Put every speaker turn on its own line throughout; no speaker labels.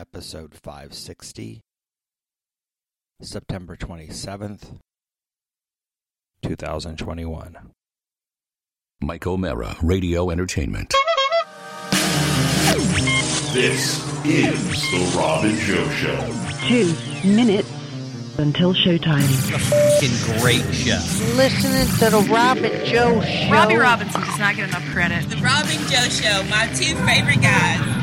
Episode 560, September 27th, 2021.
Mike O'Mara, Radio Entertainment.
This is the Rob and Joe Show.
two minutes until showtime.
fucking great show.
listening to the Robin Joe show.
Robbie Robinson does not get enough credit.
The Robin Joe Show, my two favorite guys.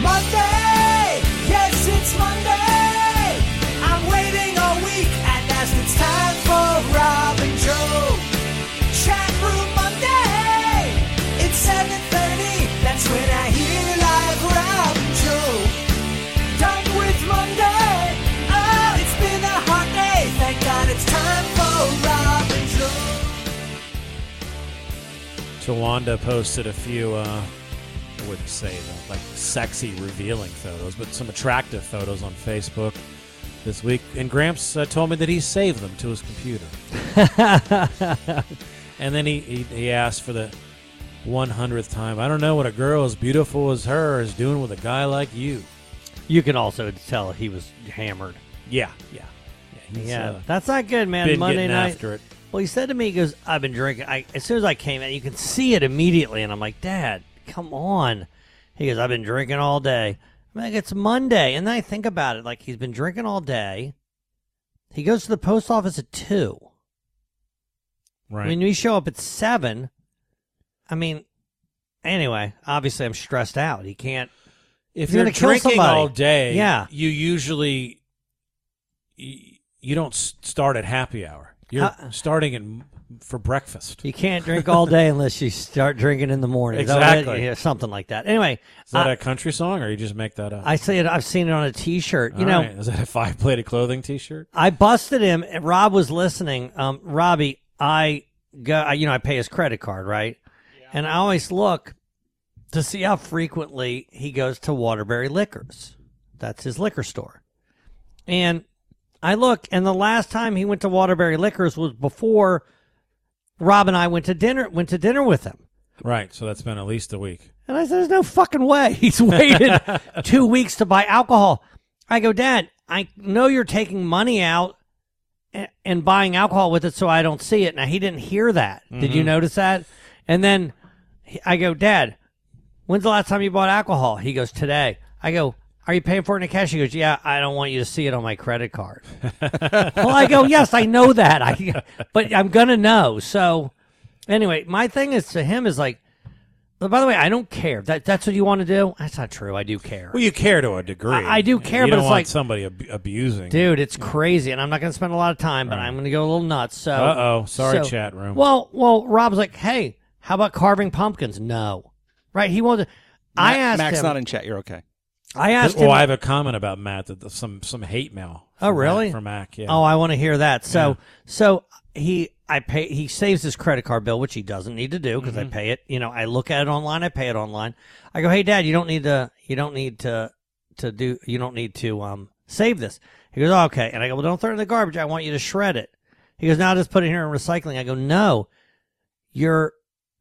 Monday! Yes, it's Monday! I'm waiting all week, and as it's time for Robin Joe. Chat Room Monday! It's 7.30, that's when I hear live Robin Joe. Done with Monday! Oh, it's been a hard day, thank God it's time for Robin Joe.
Tawanda posted a few, uh, I wouldn't say that, like sexy revealing photos, but some attractive photos on Facebook this week. And Gramps uh, told me that he saved them to his computer. and then he, he, he asked for the 100th time I don't know what a girl as beautiful as her is doing with a guy like you.
You can also tell he was hammered.
Yeah, yeah. Yeah, he's,
yeah,
uh,
that's not good, man.
been
Monday
getting
night.
after it.
Well, he said to me, he goes, "I've been drinking." I, as soon as I came in, you can see it immediately, and I'm like, "Dad, come on." He goes, "I've been drinking all day." I'm like, "It's Monday," and then I think about it, like he's been drinking all day. He goes to the post office at two.
Right.
I mean, we show up at seven. I mean, anyway, obviously, I'm stressed out. He can't.
if
You're
you're,
gonna kill
drinking
somebody.
all day,
Yeah.
you usually you, you don't s- start at happy hour. You're
Uh,
starting in for breakfast.
You can't drink all day unless you start drinking in the morning. Is that what it-
Exactly.
yeah, something like that. Anyway,
Is that
I-
a country song, or you just make that up?
I see it. I've seen it on a T-shirt. You
All
know,
right. is that a five-plated clothing T-shirt?
I busted him. and Rob was listening. Um, Robbie, I go. I, you know, I pay his credit card, right? And I always look to see how frequently he goes to Waterbury Liquors. That's his liquor store. And I look, and the last time he went to Waterbury Liquors was before Rob and I went to dinner. Went to dinner with him.
Right. So that's been at least a week.
And I said, "There's no fucking way he's waited two weeks to buy alcohol." I go, "Dad, I know you're taking money out and, and buying alcohol with it, so I don't see it." Now he didn't hear that. Did you notice that? And then he- I go, "Dad, when's the last time you bought alcohol?" He goes, "Today." I go, "Are you paying for it in cash?" He goes, "Yeah, I don't want you to see it on my credit card." well, I go, "Yes, I know that. I, but I'm gonna know." So anyway, my thing is to him is like. But by the way, I don't care. That that's what you want to do. That's not true. I do care,
Well, you care to a degree.
I- I do care,
you
but
don't
it's
want
like-
somebody ab- abusing.
dude. It's crazy, and I'm not going to spend a lot of time, but I'm going to go a little nuts. So,
Uh-oh. Sorry, chat room.
Well, well, Rob's like, hey, how about carving pumpkins? No, right? He wanted. I asked
Max,
him.
not in chat. You're okay.
I asked
Well,
him.
I have a comment about Matt that some some hate mail.
Oh,
from Matt-
really?
From Mac. Yeah.
Oh, I want to hear that. So,
Yeah.
so he, I pay. He saves his credit card bill, which he doesn't need to do because
Mm-hmm.
I pay it. You know, I look at it online. I pay it online. I go, hey, Dad, you don't need to. You don't need to to do. You don't need to um save this. He goes, oh, okay. And I go, well, don't throw it in the garbage. I want you to shred it. He goes, now just put it here in recycling. I go, no, your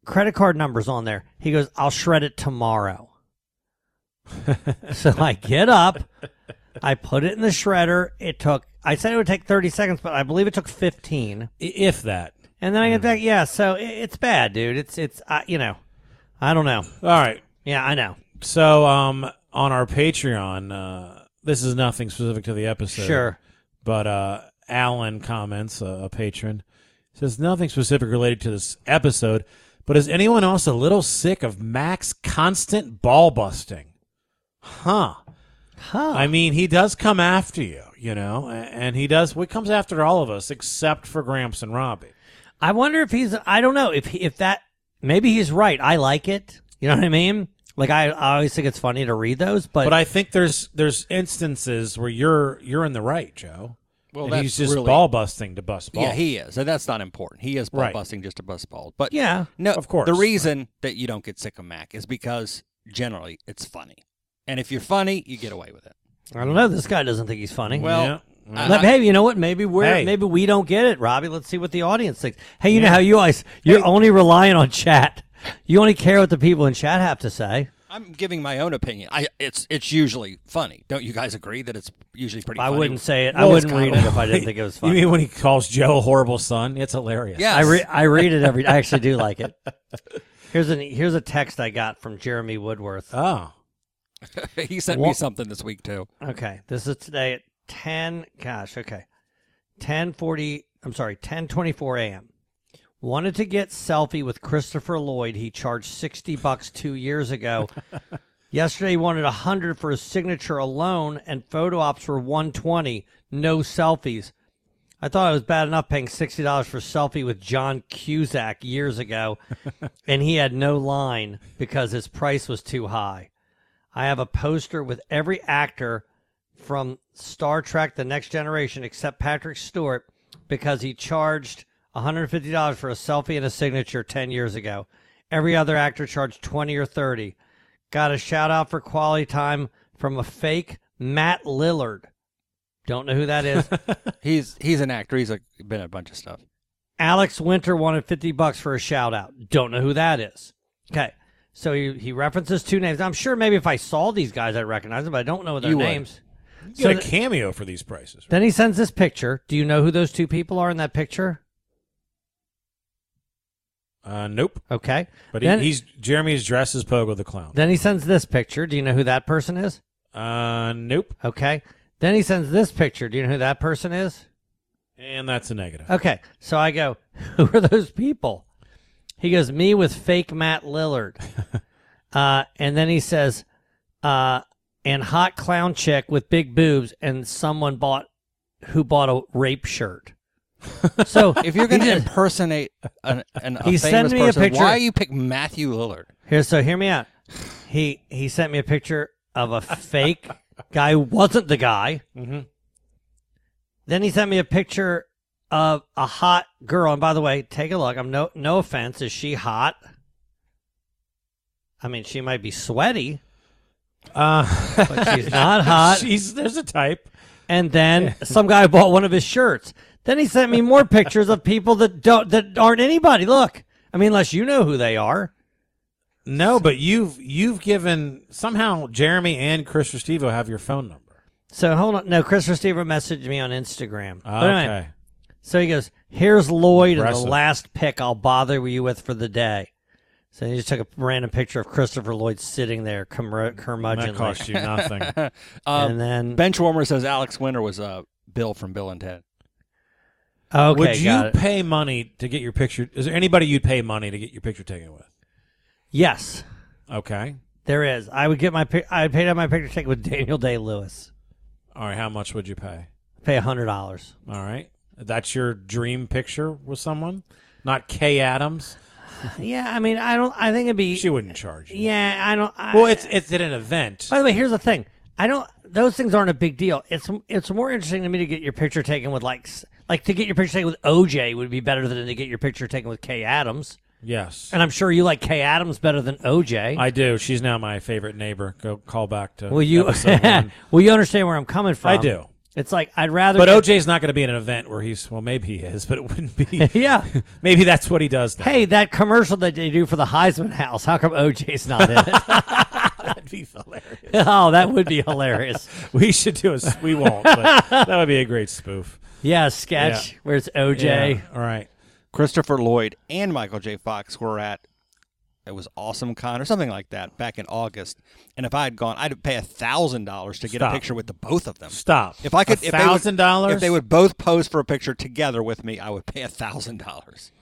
credit card number's on there. He goes, I'll shred it tomorrow. so I get up. I put it in the shredder. It took, I said it would take 30 seconds, but I believe it took 15.
I- if that. Mm-hmm.
And then I get back, yeah, so i it's bad, dude. It's, it's, uh, you know, I don't know.
All right.
Yeah, I know.
So, um, on our Patreon, uh, this is nothing specific to the episode.
Sure.
But uh, Alan comments, uh, a patron, says nothing specific related to this episode. But is anyone else a little sick of Mac's constant ball busting? Huh.
Huh.
I mean, he does come after you, you know, a- and he does. He comes after all of us except for Gramps and Robbie.
I wonder if he's, I don't know if he, if that Maybe he's right. I like it. You know what I mean? Like I, I always think it's funny to read those, but
But I think there's there's instances where you're you're in the right, Joe.
Well,
and
that's
he's just
really-
ball busting to bust balls.
Yeah, he is. And that's not important. He is ball
Right.
busting just to bust balls. But
Yeah,
no,
of course.
The reason that you don't get sick of Mac is because generally it's funny. And if you're funny, you get away with it.
I don't know. This guy doesn't think he's funny.
Well, Yeah.
Let- hey, you know what? Maybe we're
Hey.
maybe we don't get it, Robbie. Let's see what the audience thinks. Hey, you know how you always you're only relying on chat. You only care what the people in chat have to say.
I'm giving my own opinion. I it's it's usually funny. Don't you guys agree that it's usually pretty
I
funny?
wouldn't say it. I
Well, it's
wouldn't read
kind
it
of-
if I didn't think it was funny.
You mean when he calls Joe a horrible son? It's hilarious.
Yes.
I re- I read it every. I actually do like it. Here's an here's a text I got from Jeremy Woodworth.
Oh.
he sent me
Well-
something this week too.
Okay, this is today at ten. Gosh, okay, ten forty. I'm sorry, ten twenty four a.m. Wanted to get selfie with Christopher Lloyd. He charged sixty bucks two years ago. Yesterday, he wanted a hundred for his signature alone, and photo ops were one twenty. No selfies. I thought it was bad enough paying sixty dollars for a selfie with John Cusack years ago, and he had no line because his price was too high. I have a poster with every actor from Star Trek The Next Generation except Patrick Stewart because he charged $150 for a selfie and a signature 10 years ago. Every other actor charged 20 or 30. Got a shout out for quality time from a fake Matt Lillard. Don't know who that is.
He's he's an actor. He's like been in a bunch of stuff.
Alex Winter wanted 50 bucks for a shout out. Don't know who that is. Okay. So he, he references two names. I'm sure maybe if I saw these guys, I'd recognize them, but I don't know their
You would.
names.
You
So
get a
th-
cameo for these prices.
Then he sends this picture. Do you know who those two people are in that picture?
Uh, nope.
Okay.
But
then,
he, he's Jeremy's dressed as Pogo the Clown.
then he sends this picture. Do you know who that person is?
Uh, nope.
Okay. Then he sends this picture. Do you know who that person is?
And that's a negative.
Okay. So I go, who are those people? He goes, me with fake Matt Lillard. uh, and then he says, uh, and hot clown chick with big boobs and someone bought who bought a rape shirt. So
If you're going
he
to
just-
impersonate an, an a
He
famous
sent me a
person,
picture-
why you pick Matthew Lillard?
Here, so hear me out. He he sent me a picture of a fake guy who wasn't the guy.
Mm-hmm.
Then he sent me a picture of a hot girl. And by the way, take a look. I'm no no offense. Is she hot? I mean, she might be sweaty,
Uh,
but she's not hot.
she's there's a type.
and then some guy bought one of his shirts. Then he sent me more pictures of people that don't that aren't anybody. Look, I mean, unless you know who they are.
No, but you've you've given somehow Jeremy and Chris Restivo have your phone number.
So hold on. No, Christopher Stever messaged me on Instagram.
Oh,
But anyway,
Ah, Okay.
So he goes, "Here's Lloyd and the
Impressive.
last pick I'll bother you with for the day." So he just took a random picture of Christopher Lloyd sitting there, curmud-
That
curmudgeonly.
cost you nothing.
Um,
and then
Benchwarmer says Alex Winter was uh, Bill from Bill and Ted.
okay,
Would you
got it.
pay money to get your picture? Is there anybody you'd pay money to get your picture taken with?
yes,
Okay.
there is. I would get my pic- I paid out my picture ticket with Daniel Day Lewis.
All right. How much would you pay?
Pay a hundred dollars.
All right. That's your dream picture with someone, not Kay Adams.
Yeah, I mean, I don't. I think it'd be.
She wouldn't charge you.
yeah, I don't. I,
Well, it's it's at an event.
By the way, here's the thing. I don't. Those things aren't a big deal. It's it's more interesting to me to get your picture taken with like s- like to get your picture taken with OJ would be better than to get your picture taken with Kay Adams.
Yes.
And I'm sure you like Kay Adams better than OJ.
I do. She's now my favorite neighbor. Go call back to.
will you
episode one.
will you understand where I'm coming from?
I do.
It's like I'd rather.
But
get-
OJ's not going to be in an event where he's. Well, maybe he is, but it wouldn't be.
yeah.
maybe that's what he does. Now.
Hey, that commercial that they do for the Heisman House. How come OJ's not in it?
that'd be hilarious.
oh, that would be hilarious.
We should do a. s- We won't. But that would be a great spoof.
Yeah, sketch
Yeah.
where it's OJ.
Yeah. All right.
Christopher Lloyd and Michael J. Fox were at it was Awesome Con or something like that back in August. And if I had gone, I'd pay a thousand dollars to get
Stop.
a picture with the both of them.
Stop.
If I could, if they would-
$1,000?
if they would both pose for a picture together with me, I would pay a thousand dollars.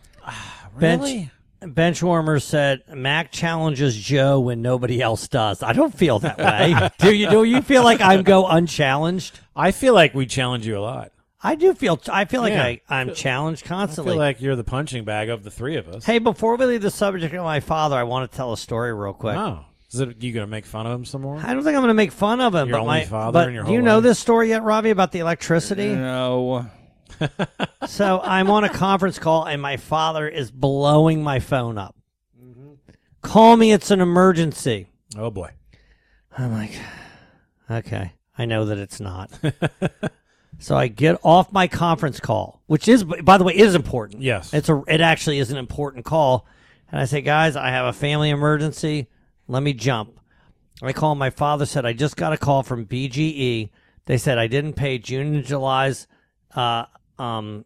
Bench, Benchwarmer said, Mac challenges Joe when nobody else does. I don't feel that way. do you? Do you feel like I'm go unchallenged?
I feel like we challenge you a lot.
I do feel. I feel like
Yeah.
I, I'm challenged
I
constantly.
feel like you're the punching bag of the three of us.
hey, before we leave the subject of my father, I want to tell a story real quick.
Oh, is it you gonna make fun of him some more?
I don't think I'm going to make fun of him.
Your
but
only
my
father
but
in your
do you
whole
know
life?
this story yet, Robbie, about the electricity?
No.
so I'm on a conference call, and my father is blowing my phone up. Call me; it's an emergency.
Oh boy.
I'm like, okay, I know that it's not. so I get off my conference call, which is, by the way, is important.
Yes.
it's a, it actually is an important call. And I say, guys, I have a family emergency. Let me jump. I call. My father said I just got a call from BGE. They said I didn't pay June and July's, uh, um,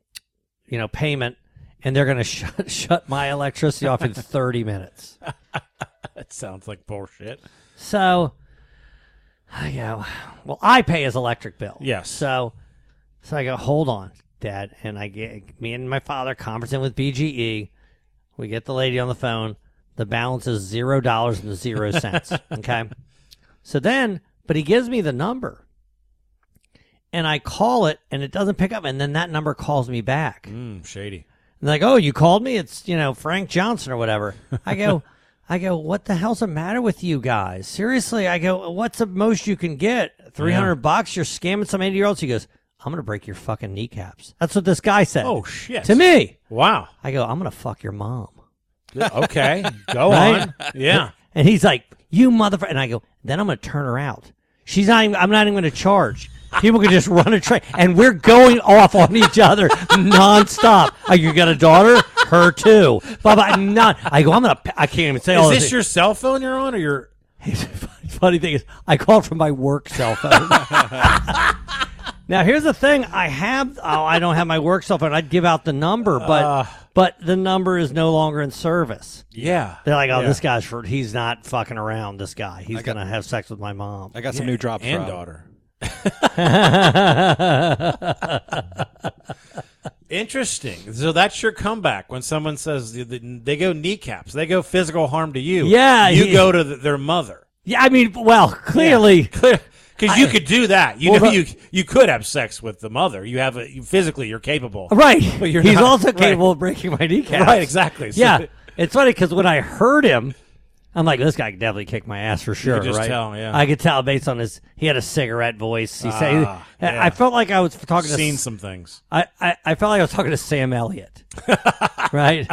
you know, payment, and they're going to shut shut my electricity off in 30 minutes.
That sounds like bullshit.
So, I go, well, I pay his electric bill.
Yes.
So, so I go, hold on, Dad, and I get me and my father conversing with BGE. We get the lady on the phone. The balance is zero dollars and zero cents. okay. So then, but he gives me the number, and I call it, and it doesn't pick up, and then that number calls me back.
Mm, shady.
And like, oh, you called me? It's, you know, Frank Johnson or whatever. I go, I go, what the hell's the matter with you guys? Seriously, I go, what's the most you can get? 300 bucks? You're scamming some 80 year olds? He goes, I'm going to break your fucking kneecaps. That's what this guy said.
Oh shit.
To me.
Wow.
I go, I'm going to fuck your mom.
Okay. Go
Right?
on. Yeah.
And he's like, you motherfucker. And I go, then I'm going to turn her out. She's not even, I'm not even going to charge. People can just run a train. And we're going off on each other nonstop. Like, you got a daughter? Her too. But I'm not, I go, I'm going to, I can't even say all
Is this
thing.
your cell phone you're on or your?
Funny thing is, I called from my work cell phone. now, here's the thing: I have. Oh, I don't have my work cell phone. I'd give out the number, but
Uh.
but the number is no longer in service.
Yeah.
They're like, oh,
Yeah.
this guy's for. He's not fucking around. This guy. He's
got-
gonna have sex with my mom.
I got some new drops
and
Rob.
daughter. Interesting. So that's your comeback when someone says th- th- they go kneecaps, they go physical harm to you.
Yeah,
you
he-
go to th their mother.
yeah, I mean, well, clearly,
Because you could do that. You
Well,
know,
the-
you you could have sex with the mother. You have a, you, physically, you're capable.
right.
But you're
he's
not-
also
right.
capable of breaking my kneecaps.
Right, exactly. So-
yeah, it's funny because when I heard him, I'm like, this guy could definitely kick my ass for sure.
just
right?
tell, yeah.
I could tell based on his. He had a cigarette voice. He said,
Ah,
I-
yeah.
I felt like I was talking to
Seen some things.
I, I, I felt like I was talking to Sam Elliott, right?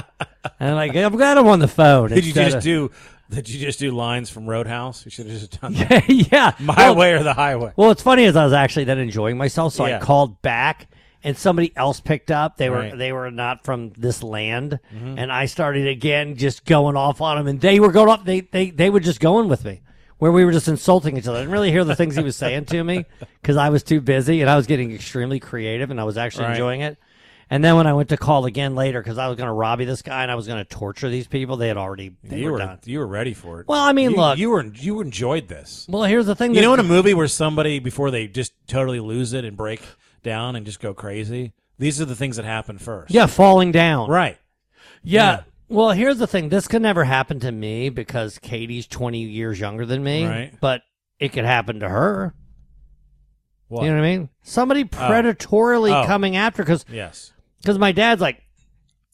And like, I'm glad I'm on the phone.
Did you
instead
just
of-
do? Did you just do lines from Roadhouse? You should have just done that.
yeah,
my
Well,
way or the highway.
Well, what's funny is I was actually then enjoying myself, so
Yeah.
I called back, and somebody else picked up. They were
Right. Mm-hmm.
they were not from this land, and I started again just going off on them, and they were going off. They they they were just going with me, where we were just insulting each other. I didn't really hear the things he was saying to me because I was too busy, and I was getting extremely creative, and I was actually
Right.
enjoying it. And then when I went to call again later, because I was going to robbie this guy and I was going to torture these people, they had already they
you
were,
were
done.
you were ready for it.
Well, I mean,
You-
look.
you were you enjoyed this.
Well, here's the thing.
You
that-
know, in a movie where somebody before they just totally lose it and break down and just go crazy, these are the things that happen first.
yeah, falling down.
right.
Yeah. Well, here's the thing. This could never happen to me because Katie's 20 years younger than me.
Right.
But it could happen to her.
What?
You know what I mean? Somebody predatorily
Oh.
coming after because
Yes.
because my dad's like,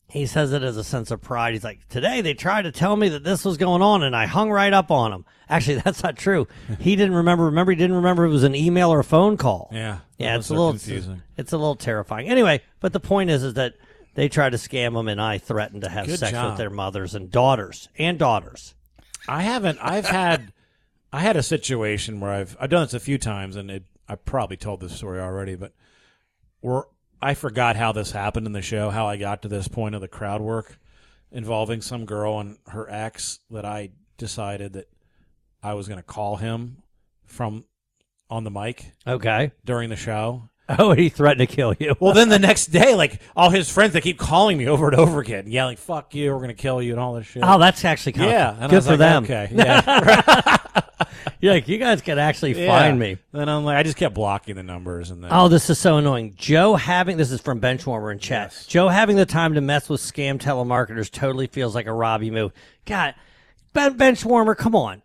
he says it as a sense of pride. He's like, today they tried to tell me that this was going on, and I hung right up on him. Actually, that's not true. He didn't remember. Remember, he didn't remember it was an email or a phone call.
Yeah.
Yeah,
Those
it's a
are
little
confusing.
It's a little terrifying. Anyway, but the point is, is that they tried to scam them, and I threatened to have
Good
sex
job.
with their mothers and daughters and daughters.
I haven't. I've had. I had a situation where I've I've done this a few times, and it, I probably told this story already, but where I forgot how this happened in the show, how I got to this point of the crowd work involving some girl and her ex that I decided that I was going to call him from on the mic
Okay.
during the show,
Oh, he threatened to kill you.
Well, then the next day, like all his friends, they keep calling me over and over again, yelling "fuck you," we're gonna kill you, and all this shit.
Oh, that's actually kind
yeah,
of
and I
good
was
for
like,
them.
Okay, yeah,
You're like, you guys could actually
yeah.
find me.
Then I'm like, I just kept blocking the numbers, and then
Oh, this is so annoying. Joe having this is from Benchwarmer in chat. Joe having the time to mess with scam telemarketers totally feels like a Robbie move. God, ben, Benchwarmer, come on.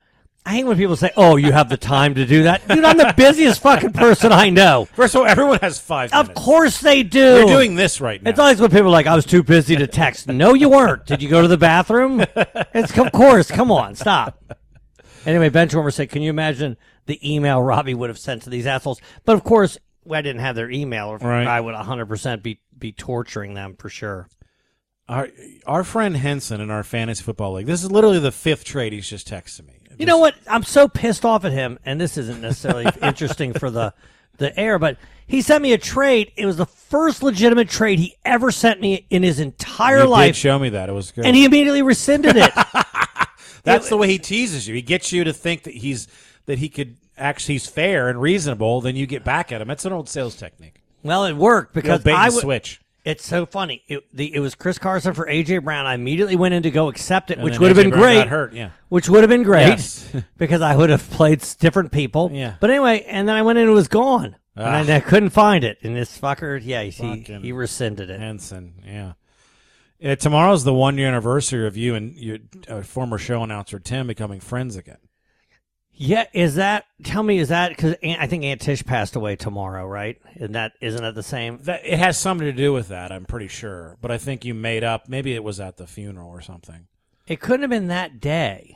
I hate when people say, "Oh, you have the time to do that." Dude, I'm the busiest fucking person I know.
First of all, everyone has five.
Of course they do.
You're doing this right now.
It's always when people are like, "I was too busy to text." no, you weren't. Did you go to the bathroom? It's of course. Come on, stop. Anyway, Benchwarmer said, "Can you imagine the email Robbie would have sent to these assholes?" But of course, I didn't have their email, or
Right.
I would 100 percent be be torturing them for sure.
Our our friend Henson in our fantasy football league. This is literally the fifth trade he's just texted me.
You know what? I'm so pissed off at him, and this isn't necessarily interesting for the the air, but he sent me a trade. It was the first legitimate trade he ever sent me in his entire
You did
life,
show me that it was good.
and he immediately rescinded it.
That's the way he teases you. He gets you to think that he's that he could actually he's fair and reasonable. Then you get back at him. That's an old sales technique.
well, it worked
You know,
because
bait and
I w-
switch.
It's so funny. It, the, it was Chris Carson for AJ Brown. I immediately went in to go accept it,
And
which
then
would have
A.J.
been
Brown
great.
got hurt, yeah.
Which would have been great
Yes.
because I would have played s- different people.
Yeah. Ah.
But anyway, and then I went in and it was gone. And I, I couldn't find it. And this fucker, yeah, he,
Fucking
he rescinded it.
Henson, yeah. Yeah, tomorrow's the one year anniversary of you and your uh, former show announcer Tim becoming friends again.
Yeah, is that? Tell me, is that because I think Aunt Tish passed away tomorrow, right? And that isn't that the same?
That it has something to do with that, I'm pretty sure. But I think you made up. Maybe it was at the funeral or something.
It couldn't have been that day.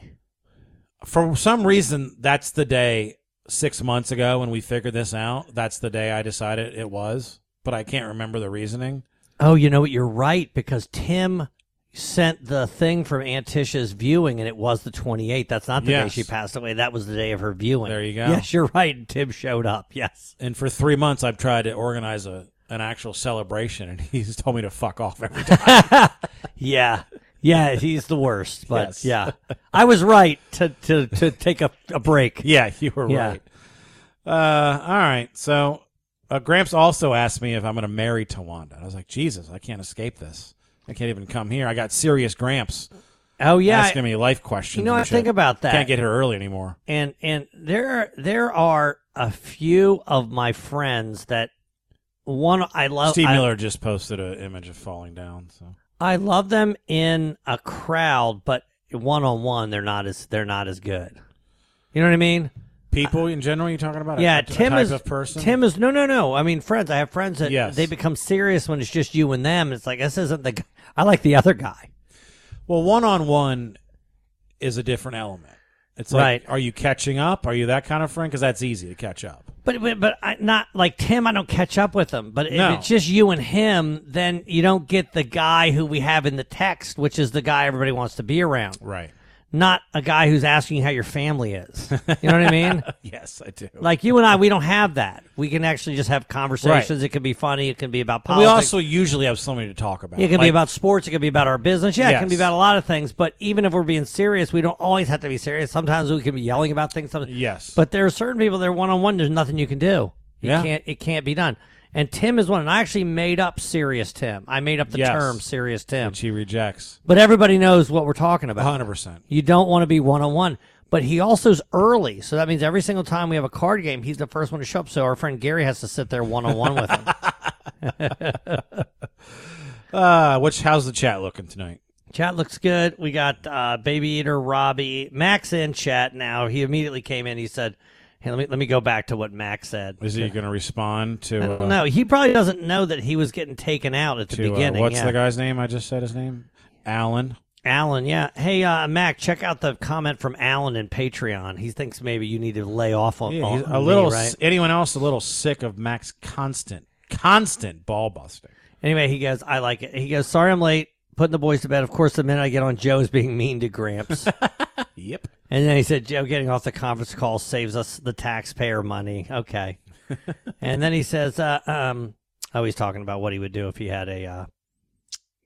For some reason, that's the day six months ago when we figured this out. That's the day I decided it was, but I can't remember the reasoning.
Oh, you know what? You're right because Tim sent the thing from Aunt Tish's viewing, and it was the 28th. That's not the day
Yes.
she passed away. That was the day of her viewing.
There you go.
Yes, you're right. And Tim showed up. Yes.
And for three months, I've tried to organize a an actual celebration, and he's told me to fuck off every time.
Yeah. Yeah, he's the worst. But
Yes.
yeah, I was right to to, to take a, a break.
Yeah, you were
Yeah.
right. Uh, all right. So uh, Gramps also asked me if I'm going to marry Tawanda. I was like, Jesus, I can't escape this. I can't even come here. I got serious Gramps.
Oh, yeah.
asking me life questions.
You know,
and
I
shit.
think about that.
Can't get here early anymore.
and and there are there are a few of my friends that one I love
Steve
I,
Miller just posted an image of falling down. So
I love them in a crowd, but one on one they're not as they're not as good. You know what I mean?
people in general, you're talking about? A-
yeah,
a,
Tim
type
is
of person.
Tim is no no no. I mean friends. I have friends that
Yes.
they become serious when it's just you and them. It's like this isn't the g- I like the other guy.
Well, one on one is a different element. It's like,
Right.
are you catching up? Are you that kind of friend? Because that's easy to catch up.
But but, but I, not like Tim. I don't catch up with him. But
No.
if it's just you and him, then you don't get the guy who we have in the text, which is the guy everybody wants to be around.
Right.
Not a guy who's asking you how your family is. You know what I mean?
Yes, I do.
Like you and I, we don't have that. We can actually just have conversations. It can be funny. It can be about
And we
politics.
also usually have somebody to talk about.
it can be
Like,
about sports. It can be about our business. Yeah, it can be
Yes.
about a lot of things. But even if we're being serious, we don't always have to be serious. Sometimes we can be yelling about things. Sometimes.
Yes.
But there are certain people that are one on one. There's nothing you can do. You
Yeah.
can't. It can't be done. And Tim is one. And I actually made up serious Tim. I made up the
Yes.
term serious Tim.
which he rejects.
But everybody knows what we're talking about.
100%.
You don't want to be one on one. But he also's early, so that means every single time we have a card game, he's the first one to show up. So our friend Gary has to sit there one on one with him.
Uh, which how's the chat looking tonight?
Chat looks good. We got uh, Baby Eater Robbie Max in chat now. He immediately came in. He said, "Hey, let me let me go back to what Max said."
Is he going to respond to? Uh,
No, he probably doesn't know that he was getting taken out at the
to, uh,
beginning.
what's
yeah.
the guy's name? I just said his name. Alan.
Alan, yeah. Hey, uh, Mac, check out the comment from Alan in Patreon. He thinks maybe you need to lay off on,
Yeah,
on
he's Oh, a
me,
little.
right?
s Anyone else a little sick of Max constant, constant ball busting.
Anyway, he goes, I like it. He goes, sorry I'm late, putting the boys to bed. Of course, the minute I get on, Joe's being mean to Gramps.
Yep.
and then he said, Joe getting off the conference call saves us the taxpayer money. Okay. and then he says, uh, um, oh, he's talking about what he would do if he had a, uh,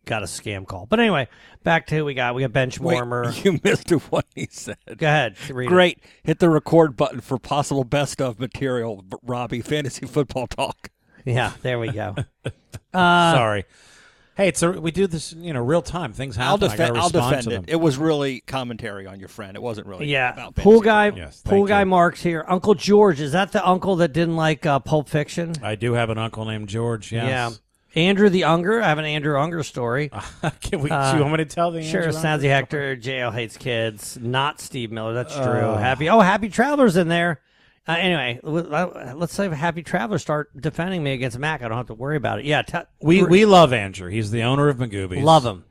got a scam call. But anyway, back to who we got. We got bench
Wait,
warmer.
you missed what he said.
Go ahead. read it.
Great. Hit the record button for possible best of material, B- Robbie. Fantasy football talk.
Yeah, there we go. Uh,
Sorry. Hey, it's a, we do this, you know, real time. Things happen.
I'll
I gotta
defend. I'll
respond
defend
to
it.
them.
It was really commentary on your friend. It wasn't really.
Yeah,
About
pool
fantasy
guy,
football.
Yes,
pool
thank
guy.
you.
Marks here. Uncle George is that the uncle that didn't like uh, Pulp Fiction?
I do have an uncle named George. Yes.
Yeah. Andrew the Unger. I have an Andrew Unger story.
Can we? do you want me to tell the
Sheriff
Andrew Unger
Snazzy Hector? Jail hates kids. Not Steve Miller. That's true.
Oh.
happy. Oh, Happy Travelers in there. Uh, anyway, let- let's say Happy Traveler start defending me against Mac. I don't have to worry about it. Yeah, t-
We we love Andrew. He's the owner of Magoobies.
Love him.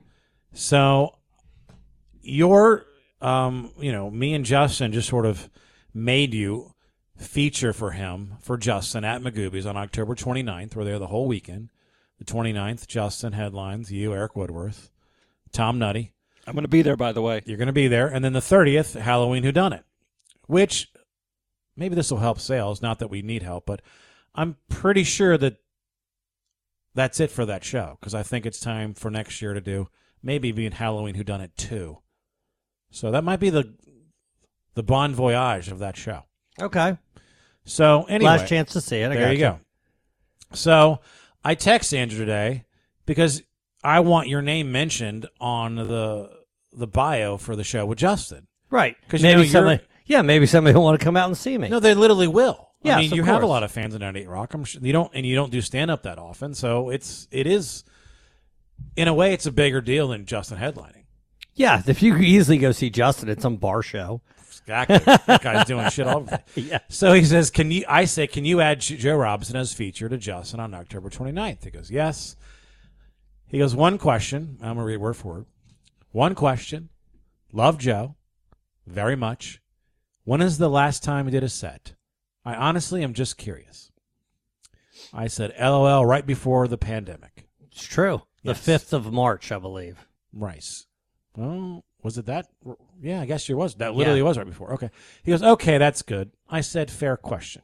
So your um, you know, me and Justin just sort of made you feature for him for Justin at Magoobies on October 29th. We're there the whole weekend. The 29th, Justin headlines, you, Eric Woodworth, Tom Nutty.
I'm going to be there, by the way.
You're going to be there. And then the 30th, Halloween Who Done It, which maybe this will help sales. Not that we need help, but I'm pretty sure that that's it for that show because I think it's time for next year to do maybe even Halloween Who Done It 2. So that might be the the bon voyage of that show.
Okay.
So anyway,
Last chance to see it. I
there you go.
gotcha.
So I text Andrew today because I want your name mentioned on the the bio for the show with Justin.
Right.
'Cause you know
maybe
you're-
somebody. Yeah, maybe somebody will want to come out and see me.
No, they literally will.
Yes,
I mean,
of
you have a
course.
lot of fans in 98 Rock. I'm sure you don't, and you don't do stand up that often, so it's it is, in a way, it's a bigger deal than Justin headlining.
Yeah, if you could easily go see Justin at some bar show.
Exactly. that guy's doing shit all over.
Yeah.
So he says, "Can you?" I say, "Can you add J- Joe Robinson as feature to Justin on October 29th?" He goes, "Yes." He goes, "One question. I'm gonna read word for word. One question. Love Joe, very much. When is the last time he did a set? I honestly am just curious." I said, "LOL." Right before the pandemic.
It's true. The
Yes.
fifth of March, I believe.
Rice. Well, was it that? Yeah, I guess it was. That literally was right before. Okay. He goes, okay, that's good. I said, fair question.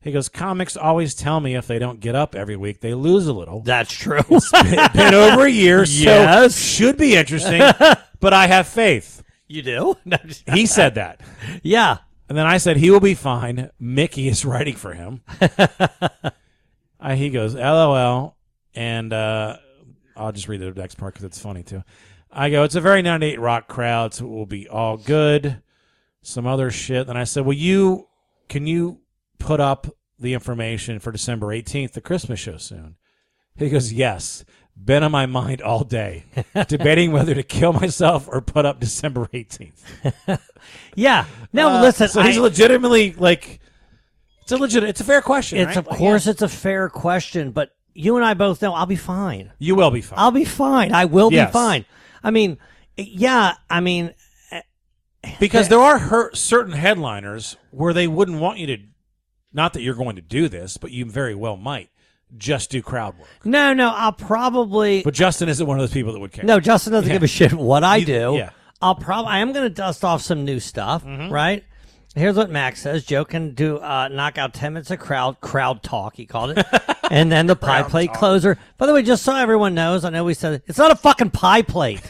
He goes, comics always tell me if they don't get up every week, they lose a little.
That's true.
Been, been over a year, so
Yes.
should be interesting, but I have faith.
You do?
He said that.
yeah.
And then I said, he will be fine. Mickey is writing for him. I, he goes, LOL. And uh, I'll just read the next part because it's funny too. I go, it's a very 98 rock crowd, so it will be all good. Some other shit. And I said, well, you can you put up the information for December 18th, the Christmas show soon? He goes, yes. Been on my mind all day, debating whether to kill myself or put up December 18th.
Yeah. No,
Uh,
listen.
So he's
I-
legitimately like, it's a legit, it's a fair question.
it's
right?
of
Like,
course it's a fair question, but you and I both know I'll be fine.
yeah, you will be fine.
I'll be fine. I will
Yes.
be fine. I mean, yeah. I mean,
because there are her, certain headliners where they wouldn't want you to, not that you're going to do this, but you very well might just do crowd work.
no, no. I'll probably
But Justin isn't one of those people that would care.
No, Justin doesn't
Yeah.
give a shit what I
You-
do.
yeah. Mm-hmm.
I'll probably I am going to dust off some new stuff, right? Here's what Max says: Joe can do uh, knock out ten minutes of crowd crowd talk. He called it, and then the pie plate closer. By the way, just so everyone knows, I know we said it, it's not a fucking pie plate.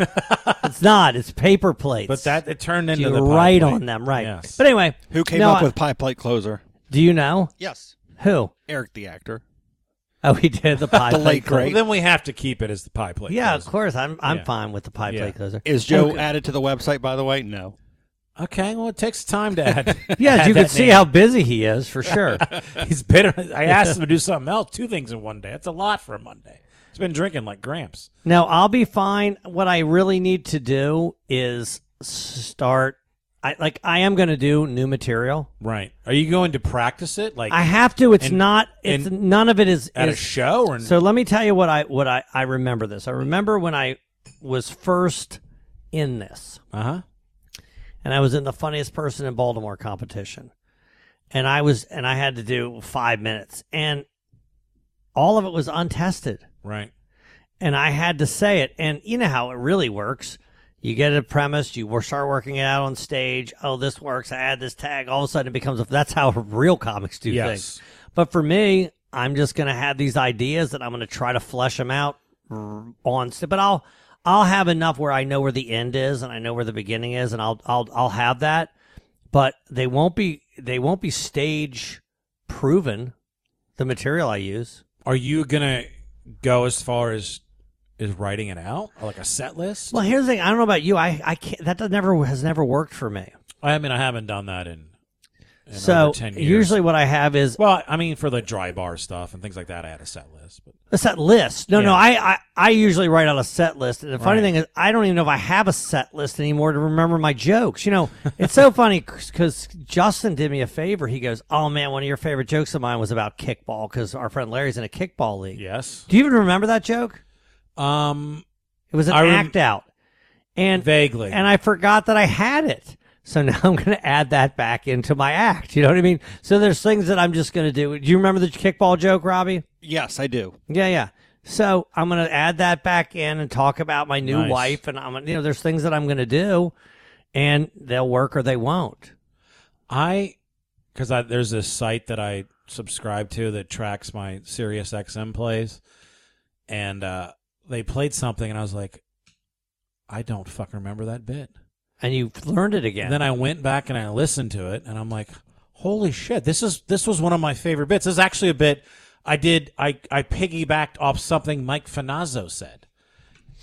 it's not. It's paper plates.
but that it turned into
you're
the pie
right
plate.
on them, right?
Yes.
But anyway,
Who came
no,
up
I-
with pie plate closer?
Do you know
Yes,
who?
Eric the actor.
Oh, he did the pie
The
plate.
late
clo-
Well,
great.
then we have to keep it as the pie plate.
Yeah,
goes.
of course. I'm I'm
Yeah.
fine with the pie
Yeah.
plate closer.
Is Joe
Okay.
added to the website? By the way, no.
Okay, well, it takes time to add.
Yeah,
add
you
that
can see
name.
how busy he is for sure.
He's been. I asked him to do something else, two things in one day. That's a lot for a Monday. He's been drinking like Gramps.
No, I'll be fine. What I really need to do is start. I like. I am going to do new material.
Right. Are you going to practice it? Like
I have to. It's
And-
not. It's
and-
none of it is.
at a
is-
show or
So let me tell you what I what I I remember this. I remember when I was first in this,
Uh huh.
and I was in the funniest person in Baltimore competition, and I was and I had to do five minutes, and all of it was untested.
Right.
and I had to say it. And you know how it really works. You get a premise, you wor- start working it out on stage. Oh, this works. I add this tag. All of a sudden, it becomes a, that's how real comics do
Yes.
things. But for me, I'm just going to have these ideas that I'm going to try to flesh them out r- on. st- But I'll I'll have enough where I know where the end is and I know where the beginning is, and I'll I'll I'll have that. But they won't be they won't be stage proven. The material I use.
Are you gonna go as far as is writing it out, Or like a set list?
Well, here's the thing. I don't know about you. I I can't. That does never has never worked for me.
I mean, I haven't done that in in
So
over 10 years.
usually what I have is
well, I mean for the dry bar stuff and things like that, I had a set list. But
a set list. No, no,
Yeah.
I, I I usually write out a set list. And the funny
Right.
thing is, I don't even know if I have a set list anymore to remember my jokes. You know, it's so funny because Justin did me a favor. He goes, "Oh man, one of your favorite jokes of mine was about kickball because our friend Larry's in a kickball league."
yes,
Do you even remember that joke?
um,
It was an
I rem-
act out, and
vaguely.
and I forgot that I had it. So now I'm going to add that back into my act. You know what I mean? So there's things that I'm just going to do. Do you remember the kickball joke, Robbie?
Yes, I do.
Yeah, yeah. So I'm gonna add that back in and talk about my new
Nice.
wife, and I'm gonna- you know there's things that I'm gonna do, and they'll work or they won't.
I because I, there's this site that I subscribe to that tracks my Sirius XM plays, and uh, they played something, and I was like, I don't fucking remember that bit.
And you learned it again.
And then I went back and I listened to it, and I'm like, holy shit, this is this was one of my favorite bits. This is actually a bit I did I I piggybacked off something Mike Finazzo said,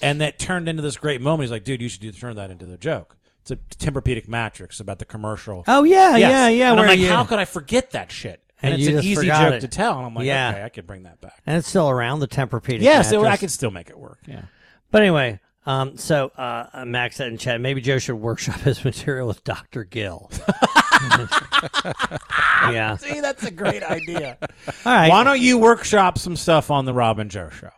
and that turned into this great moment. He's like, dude, you should do, turn that into the joke. It's a Tempur-Pedic mattrix about the commercial.
oh yeah,
Yes.
yeah, yeah.
And I'm
where
like,
you-
how could I forget that shit? And,
And
it's
you
an
just
easy
forgot
joke
it.
to tell. And I'm like,
Yeah.
okay, I could bring that back.
and it's still around the Tempur-Pedic.
Yes, it, I
mattress.
could still make it work. Yeah.
But anyway, um, so uh, Max said in chat, maybe Joe should workshop his material with Doctor Gill. yeah.
See, that's a great idea.
All right.
Why don't you workshop some stuff on the Robin Joe show?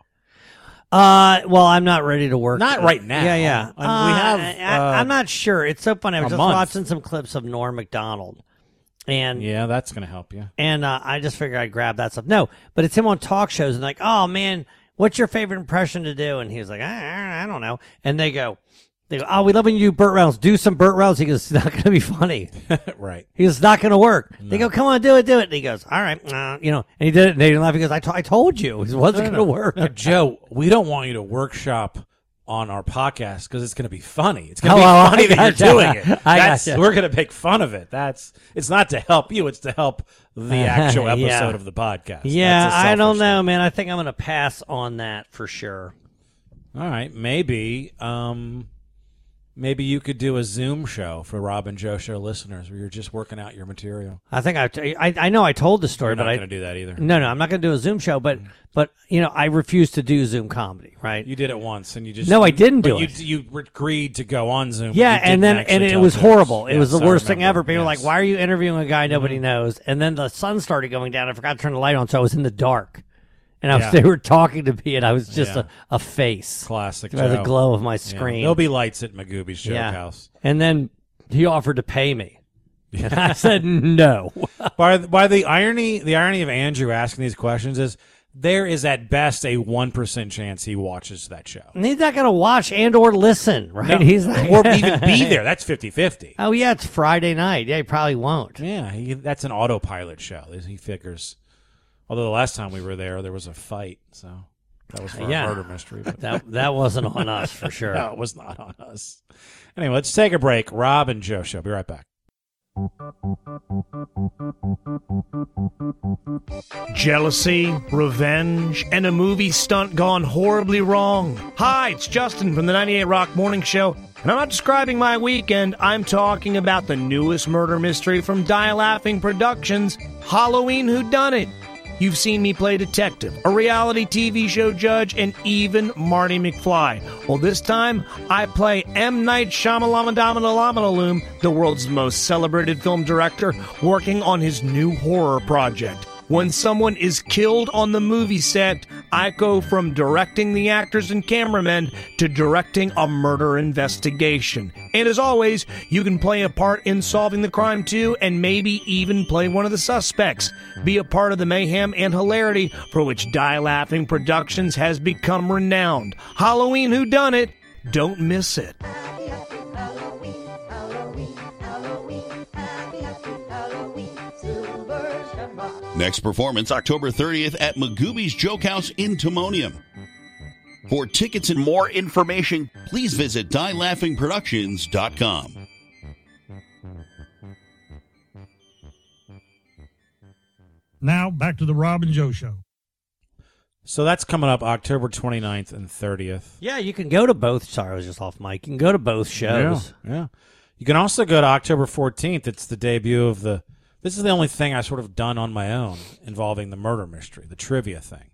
Uh, well, I'm not ready to work.
Not right now.
Yeah, yeah.
Um, we have,
I,
uh,
I, am not sure. It's so funny. I was
a
just
month.
watching some clips of Norm Macdonald, and
Yeah, that's going to help you.
and uh, I just figured I'd grab that stuff. No, but it's him on talk shows and like, oh man, what's your favorite impression to do? And he was like, I, I, I don't know. And they go, they go, oh, we love when you do Burt Reynolds. Do some Burt Reynolds. He goes, it's not going to be funny.
right.
He goes, it's not going to work. They go, come on, do it, do it. And he goes, all right, nah," you know. And he did it. And they didn't laugh. He goes, I to- I told you, it wasn't going to work.
Now, Joe, we don't want you to workshop on our podcast because it's going to be funny. It's going
Oh,
to be
well,
funny
I
that you're
gotcha.
doing it.
I
That's,
gotcha.
We're going to make fun of it. That's it's not to help you. It's to help the actual
Yeah.
episode of the podcast.
Yeah,
That's a
I don't
selfish
know, man. I think I'm going to pass on that for sure.
All right, maybe, um, maybe you could do a Zoom show for Rob and Joe Show listeners where you're just working out your material.
I think I, I, I know I told the story,
We're not
but I
going to do that either.
no, no, I'm not going to do a Zoom show. But, but you know, I refuse to do Zoom comedy, right?
You did it once, and you just
No, I didn't
but
do
you,
it.
You agreed to go on Zoom. but
yeah,
you didn't
and then
actually
and it
tell
was
jokes.
horrible. It was the
Yes, I
worst thing
remember.
ever. People were like,
Yes. Mm-hmm.
"Why are you interviewing a guy nobody knows?" And then the sun started going down. I forgot to turn the light on, so I was in the dark, and I was,
Yeah.
they were talking to me, and I was just
Yeah.
a, a face
Classic.
by the
Joe.
glow of my
Yeah.
screen.
There'll be lights at Magooby's joke house.
And then he offered to pay me, and I said no.
By the, by the irony, the irony of Andrew asking these questions is there is at best a one percent chance he watches that show.
And he's not going to watch and or listen, right?
No,
he's not
or even be there. That's 50-50.
Oh yeah, it's Friday night. Yeah, he probably won't.
Yeah, he, that's an autopilot show. He figures. Although the last time we were there, there was a fight, so that was for
Yeah.
a murder mystery. But
That that wasn't on us for sure.
no, it was not on us. Anyway, let's take a break. Rob and Joe show. Be right back.
Jealousy, revenge, and a movie stunt gone horribly wrong. Hi, it's Justin from the 98 Rock Morning Show, and I'm not describing my weekend, I'm talking about the newest murder mystery from Die Laughing Productions Halloween Who Done It. You've seen me play detective, a reality TV show judge, and even Marty McFly. Well, this time I play M. Night Shyamalan the world's most celebrated film director, working on his new horror project. When someone is killed on the movie set, I go from directing the actors and cameramen to directing a murder investigation. And as always, you can play a part in solving the crime too, and maybe even play one of the suspects. Be a part of the mayhem and hilarity for which Die Laughing Productions has become renowned. Halloween Who Done It? Don't miss it.
Next performance October 30th at Magooby's Joke House in Timonium. For tickets and more information, please visit dielaughingproductions.com.
Now back to the Rob and Joe show.
So that's coming up October 29th and 30th.
Yeah, you can go to both. Sorry, I was just off mic. You can go to both shows.
Yeah, yeah. You can also go to October 14th. It's the debut of the This is the only thing I sort of done on my own involving the murder mystery, the trivia thing.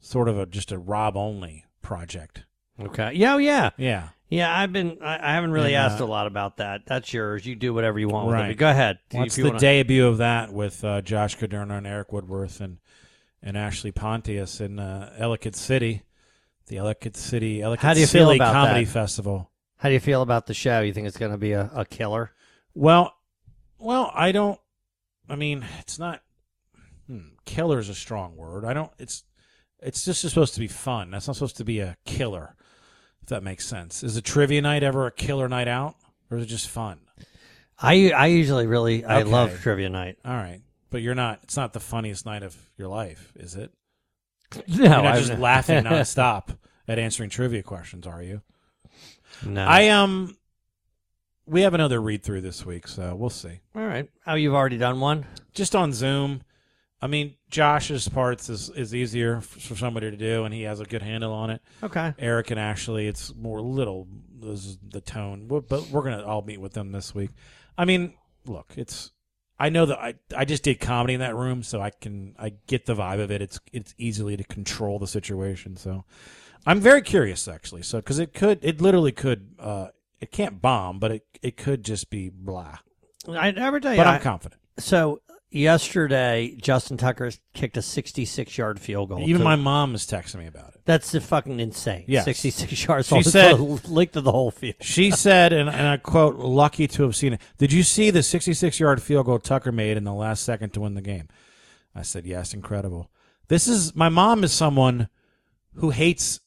Sort of a just a Rob only project.
Okay. Yeah. oh, Yeah.
Yeah.
Yeah. I've been. I, I haven't really
And, uh,
asked a lot about that. That's yours. You do whatever you want with it.
Right.
But Go ahead.
What's
If you
the
wanna-
debut of that with uh, Josh Coderno and Eric Woodworth and and Ashley Pontius in uh, Ellicott City, the Ellicott City Ellicott
How do you feel
City
about
Comedy
that?
Festival.
How do you feel about the show? You think it's going to be a, a killer?
Well, well, I don't. I mean, it's not. Hmm, killer is a strong word. I don't. It's. It's just supposed to be fun. That's not supposed to be a killer. If that makes sense. Is a trivia night ever a killer night out, or is it just fun?
I I usually really I
Okay.
love trivia night.
All right, but you're not. It's not the funniest night of your life, is it?
No,
you're not
I-
just laughing nonstop at answering trivia questions, are you?
No.
I um. We have another read through this week, so we'll see.
All right. Oh, you've already done one.
Just on Zoom. I mean, Josh's parts is is easier f- for somebody to do, and he has a good handle on it.
Okay.
Eric and Ashley, it's more little. This is the tone, We're- but we're gonna all meet with them this week. I mean, look, it's. I know that I I just did comedy in that room, so I can I get the vibe of it. It's it's easily to control the situation, so I'm very curious actually. So because it could it literally could uh it can't bomb, but it it could just be blah.
I never tell you.
But
I,
I'm confident.
So yesterday, Justin Tucker kicked a 66 yard field goal.
Even
to-
my mom is texting me about it.
That's the fucking insane.
Yes.
66 yards.
She
She
said-
said, licked to the whole field.
She said, and, and I quote, lucky to have seen it. Did you see the 66 yard field goal Tucker made in the last second to win the game? I said, yes, incredible. This is my mom is someone who hates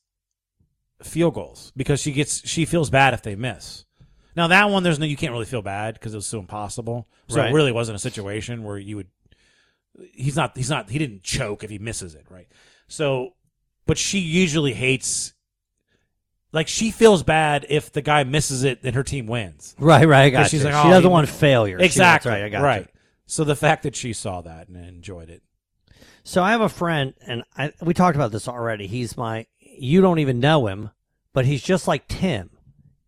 field goals because she gets she feels bad if they miss. Now that one there's no you can't really feel bad because it was so impossible. So
Right.
it really wasn't a situation where you would he's not he's not he didn't choke if he misses it, right? So but she usually hates like she feels bad if the guy misses it and her team wins.
Right, right, I got
'Cause she's
you.
like,
She
"Oh,
doesn't
he-
want failure." She- that's
Exactly.
right, I got you.
right. So the fact that she saw that and enjoyed it.
So I have a friend, and I, we talked about this already. He's my, you don't even know him, but he's just like Tim.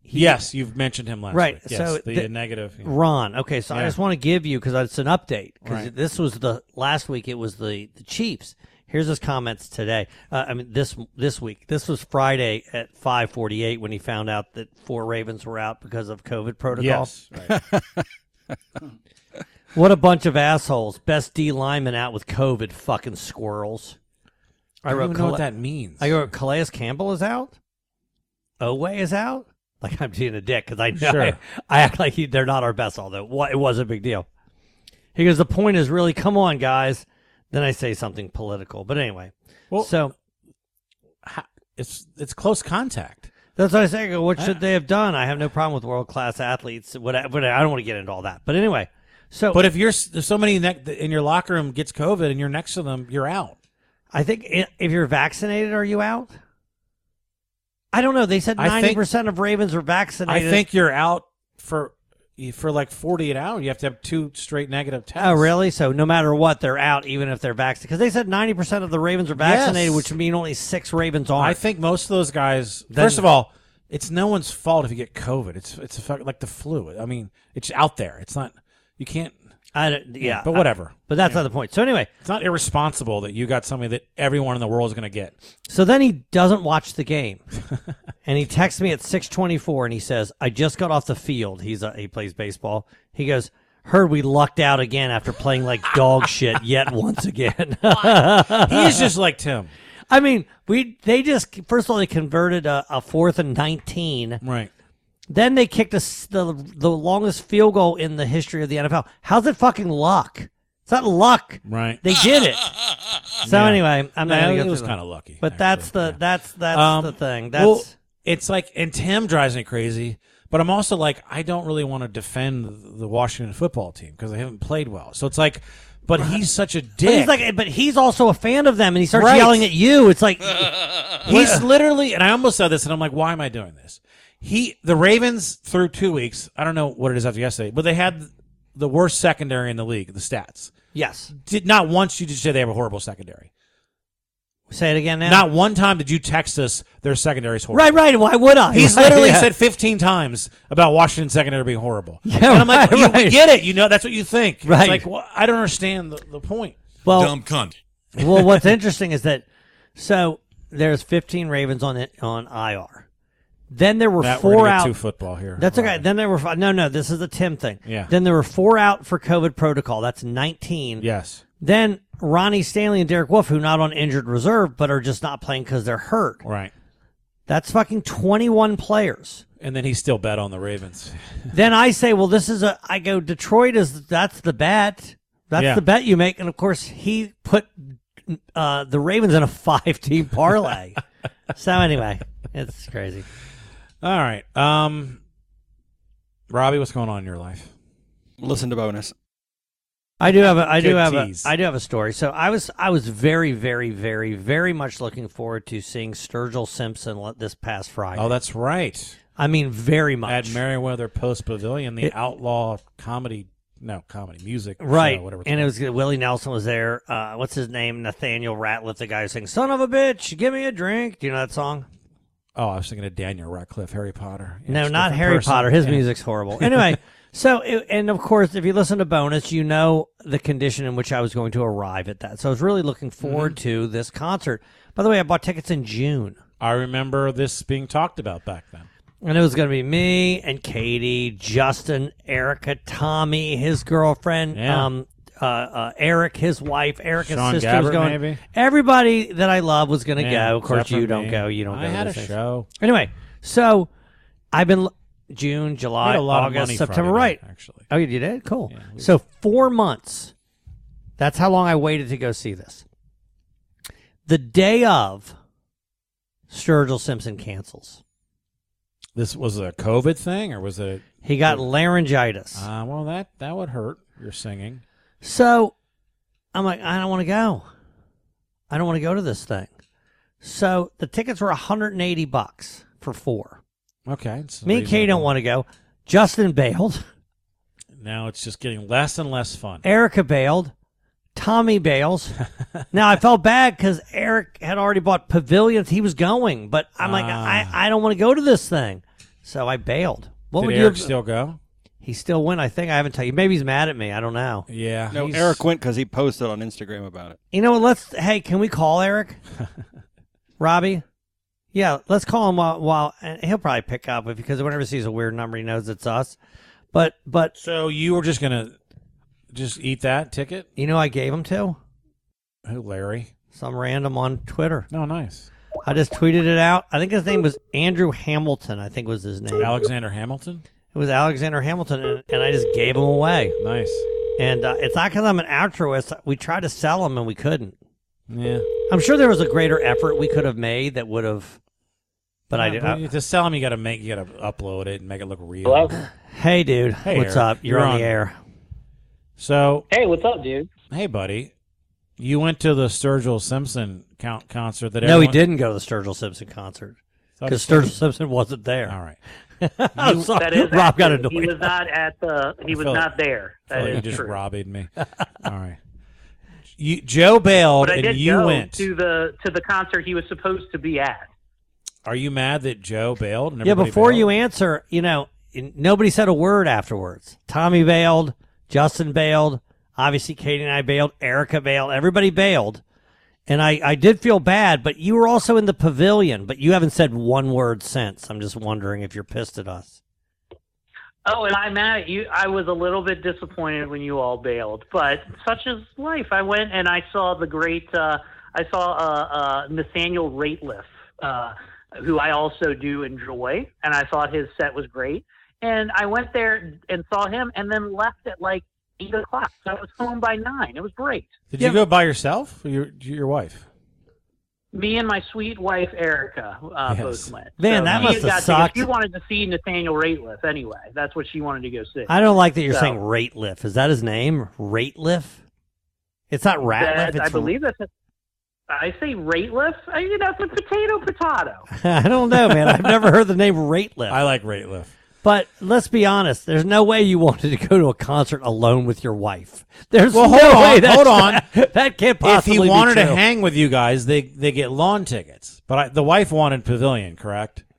He-
yes, you've mentioned him last
right.
week. Yes,
so
the, uh,
th-
negative yeah.
Ron. Okay, so I
Yeah.
just want to give you because it's an update because
Right.
this was the last week. It was the the Chiefs. Here's his comments today. Uh, I mean this this week. This was Friday at 5:48 when he found out that four Ravens were out because of COVID protocol.
Yes,
what a bunch of assholes! Best D lineman out with COVID. Fucking squirrels.
I don't even know what
Cala-
that means.
I wrote Calais Campbell is out. Oway is out. Like I'm being a dick because I know
Sure.
I, I act like he, they're not our best, although what, it was a big deal. He goes, the point is really, come on, guys. Then I say something political, but anyway.
Well-
so
It's it's close contact.
that's what I say. I go, what should they have done? I have no problem with world class athletes. What, but I don't want to get into all that. But anyway, so
But if you're s- if somebody ne- in your locker room gets COVID and you're next to them, you're out.
I think i- if you're vaccinated, are you out? I don't know. They said
I
ninety
think-
percent of Ravens are
I
vaccinated.
think you're out for for like 48 hours. You have to have two straight negative tests.
Oh, really? So no matter what, they're out, even if they're vaccinated. Because they said ninety percent of the Ravens are vaccinated,
Yes.
which mean only six Ravens
I
aren't.
think most of those guys.
Then-
first of all, it's no one's fault if you get COVID. It's it's a fuck, like the flu. I mean, it's out there. It's not. You can't.
I don't, yeah,
but whatever.
I- but that's not the point. So anyway,
It's not irresponsible that you got something that everyone in the world is going to get.
so then he doesn't watch the game, and he texts me at six twenty four, and he says, "I just got off the field. He's a, he plays baseball. He goes." Heard we lucked out again after playing like dog shit yet once again.
He is just like Tim.
I mean, we they just first of all they converted a, a fourth and nineteen,
Right.
Then they kicked us the the longest field goal in the history of the NFL. How's it fucking luck? It's not luck.
Right.
They did it. So
Yeah.
anyway, I'm not.
No,
gonna go
it
through
was
that.
kinda lucky,
But that's the that's that's
Um,
the thing. That's
well, it's like, and Tim drives me crazy. But I'm also like, I don't really want to defend the Washington football team because they haven't played well. So it's like, but he's such a
but
dick.
he's like, but he's also a fan of them, and he starts
Right.
yelling at you. It's like
He's literally, and I almost said this, and I'm like, why am I doing this? He, the Ravens, through two weeks, I don't know what it is after yesterday, but they had the worst secondary in the league. The stats
yes,
did not once you just say they have a horrible secondary.
Say it again now.
Not one time did you text us their secondary's horrible.
Right, right. Why would I?
He's
Right,
literally
yeah.
said 15 times about Washington secondary being horrible.
Yeah,
and I'm like,
right,
you
right.
get it. You know, that's what you think.
Right.
It's like, well, I don't understand the, the point.
Well,
cunt.
well, what's interesting is that so there's 15 Ravens on it on IR. Then there were
Matt,
4
we're gonna get
out
to football here.
That's okay. Then there were fi- no, no. This is the Tim thing.
Yeah.
Then there were four out for COVID protocol. That's 19.
Yes.
Then Ronnie Stanley and Derek Wolf, who not on injured reserve but are just not playing because they're hurt.
Right.
That's fucking 21 players.
And then he still bet on the Ravens.
then I say, well, this is a. I go, Detroit is that's the bet. That's
Yeah.
the bet you make, and of course he put uh, the Ravens in a five-team parlay. so anyway, it's crazy.
All right. Um, Robbie, what's going on in your life?
Listen to bonus.
I do have a I do
Good
have a
tease.
I do have a story. So I was I was very very very very much looking forward to seeing Sturgill Simpson le- this past Friday.
Oh, that's right.
I mean very much.
At Merriweather Post Pavilion, the
It-
outlaw comedy, no, comedy, music.
Right,
show, Uh, whatever it's
and it
called.
was good. Willie Nelson was there. Uh, what's his name? Nathaniel Ratliff, the guy who sings "Son of a Bitch, Give Me a Drink." Do you know that song?
Oh, I was thinking of Daniel Radcliffe, Harry Potter. Yeah,
no,
it's a
not
different
Harry
person.
Potter. His
Yeah.
music's horrible. Anyway, so it, and of course, if you listen to bonus, you know the condition in which I was going to arrive at that. So I was really looking forward
Mm-hmm.
to this concert. By the way, I bought tickets in June.
I remember this being talked about back then.
And it was going to be me and Katie, Justin, Erica, Tommy, his girlfriend,
Yeah.
um, uh, uh, Eric, his wife, Erica's
Sean
sister was
Gabbert,
going.
maybe?
Everybody that I love was going to
Yeah,
go. Of course,
except for
you don't
me.
go. You don't
I
go. to
had
those
a
things.
show.
Anyway, so I've been l- June,
I
July,
had a lot of
August,
money
September.
Friday night,
right?
actually.
Oh, you did? Cool. so four months. That's how long I waited to go see this. The day of, Sturgill Simpson cancels.
This was a COVID thing, or was it?
He got laryngitis.
Uh, well, that that would hurt your singing.
So I'm like, I don't want to go. I don't want to go to this thing. So the tickets were 180 bucks for four.
Okay, it's
Me and Katie don't want to go. Justin bailed.
Now it's just getting less and less fun.
Erica bailed. Tommy bails. now I felt bad because Eric had already bought pavilions. He was going, but I'm like, I, I don't want to go to this thing. So I bailed. What
Ah. Did
would
Eric
you have-
still go?
He still went. I think I haven't told you. Maybe he's mad at me. I don't know.
Yeah.
No,
he's-
Eric went because he posted on Instagram about it.
You know what? Let's. Hey, can we call Eric? Robbie? Yeah, let's call him while, while and he'll probably pick up if because whenever he sees a weird number, he knows it's us. But but
So you were just gonna just eat that ticket?
you know, I gave him to
Who, Larry?
some random on Twitter.
No, nice.
I just tweeted it out. I think his name was Andrew Hamilton. I think was his name.
Alexander Hamilton.
It was Alexander Hamilton, and, and I just gave him away.
Nice.
And uh, it's not because I'm an altruist. We tried to sell him, and we couldn't.
Yeah.
I'm sure there was a greater effort we could have made that would have. But I uh,
Yeah,
did. I,
you- to sell him, you got to make, you got to upload it and make it look real.
Hey, dude.
Hey,
what's
Eric.
up? You're,
You're
on,
on.
the air.
So,
Hey, what's up, dude?
hey, buddy, you went to the Sturgill Simpson count concert that
No, he
everyone-
didn't go to the Sturgill Simpson concert
Thought
because
he said-
Sturgill Simpson wasn't there.
All right.
I'm sorry.
That is
Rob got
accurate.
annoyed.
He was not at the. He was
Phil-
not there.
Phil,
That
you
is
just
true.
robbed me. All right. You, Joe bailed
But I
and
did
you
go
went.
to the to the concert he was supposed to be at.
Are you mad that Joe bailed? And
yeah,
everybody
before
bailed?
you answer, you know, n- nobody said a word afterwards. Tommy bailed. Justin bailed. Obviously, Katie and I bailed. Erica bailed. Everybody bailed. And I, I did feel bad, but you were also in the pavilion, but you haven't said one word since. I'm just wondering if you're pissed at us.
Oh, and I'm at you. I was a little bit disappointed when you all bailed, but such is life. I went and I saw the great. Uh, I saw uh, uh, Nathaniel Rateliff, uh, who I also do enjoy, and I thought his set was great. And I went there and saw him, and then left at like eight o'clock. So I was home by nine. It was great.
Did you go by yourself or your, your wife?
Me and my sweet wife Erica uh,
Yes.
both went.
Man, that
she
must have
got tickets.
sucked.
She wanted to see Nathaniel Rateliff anyway. That's what she wanted to go see.
I don't like that you're
So,
saying Rateliff. Is that his name? Rateliff? It's not Ratliff.
that-
It's
I believe that's. A, I say Uh, Rateliff. I, you know, it's a potato potato.
I don't know, man. I've never heard the name Rateliff.
I like Rateliff.
But let's be honest. There's no way you wanted to go to a concert alone with your wife. There's
well,
no
hold on,
way. That's
hold on.
That, that can't possibly.
If he
be
wanted to
true.
hang with you guys, they they get lawn tickets. But I, the wife wanted pavilion, correct?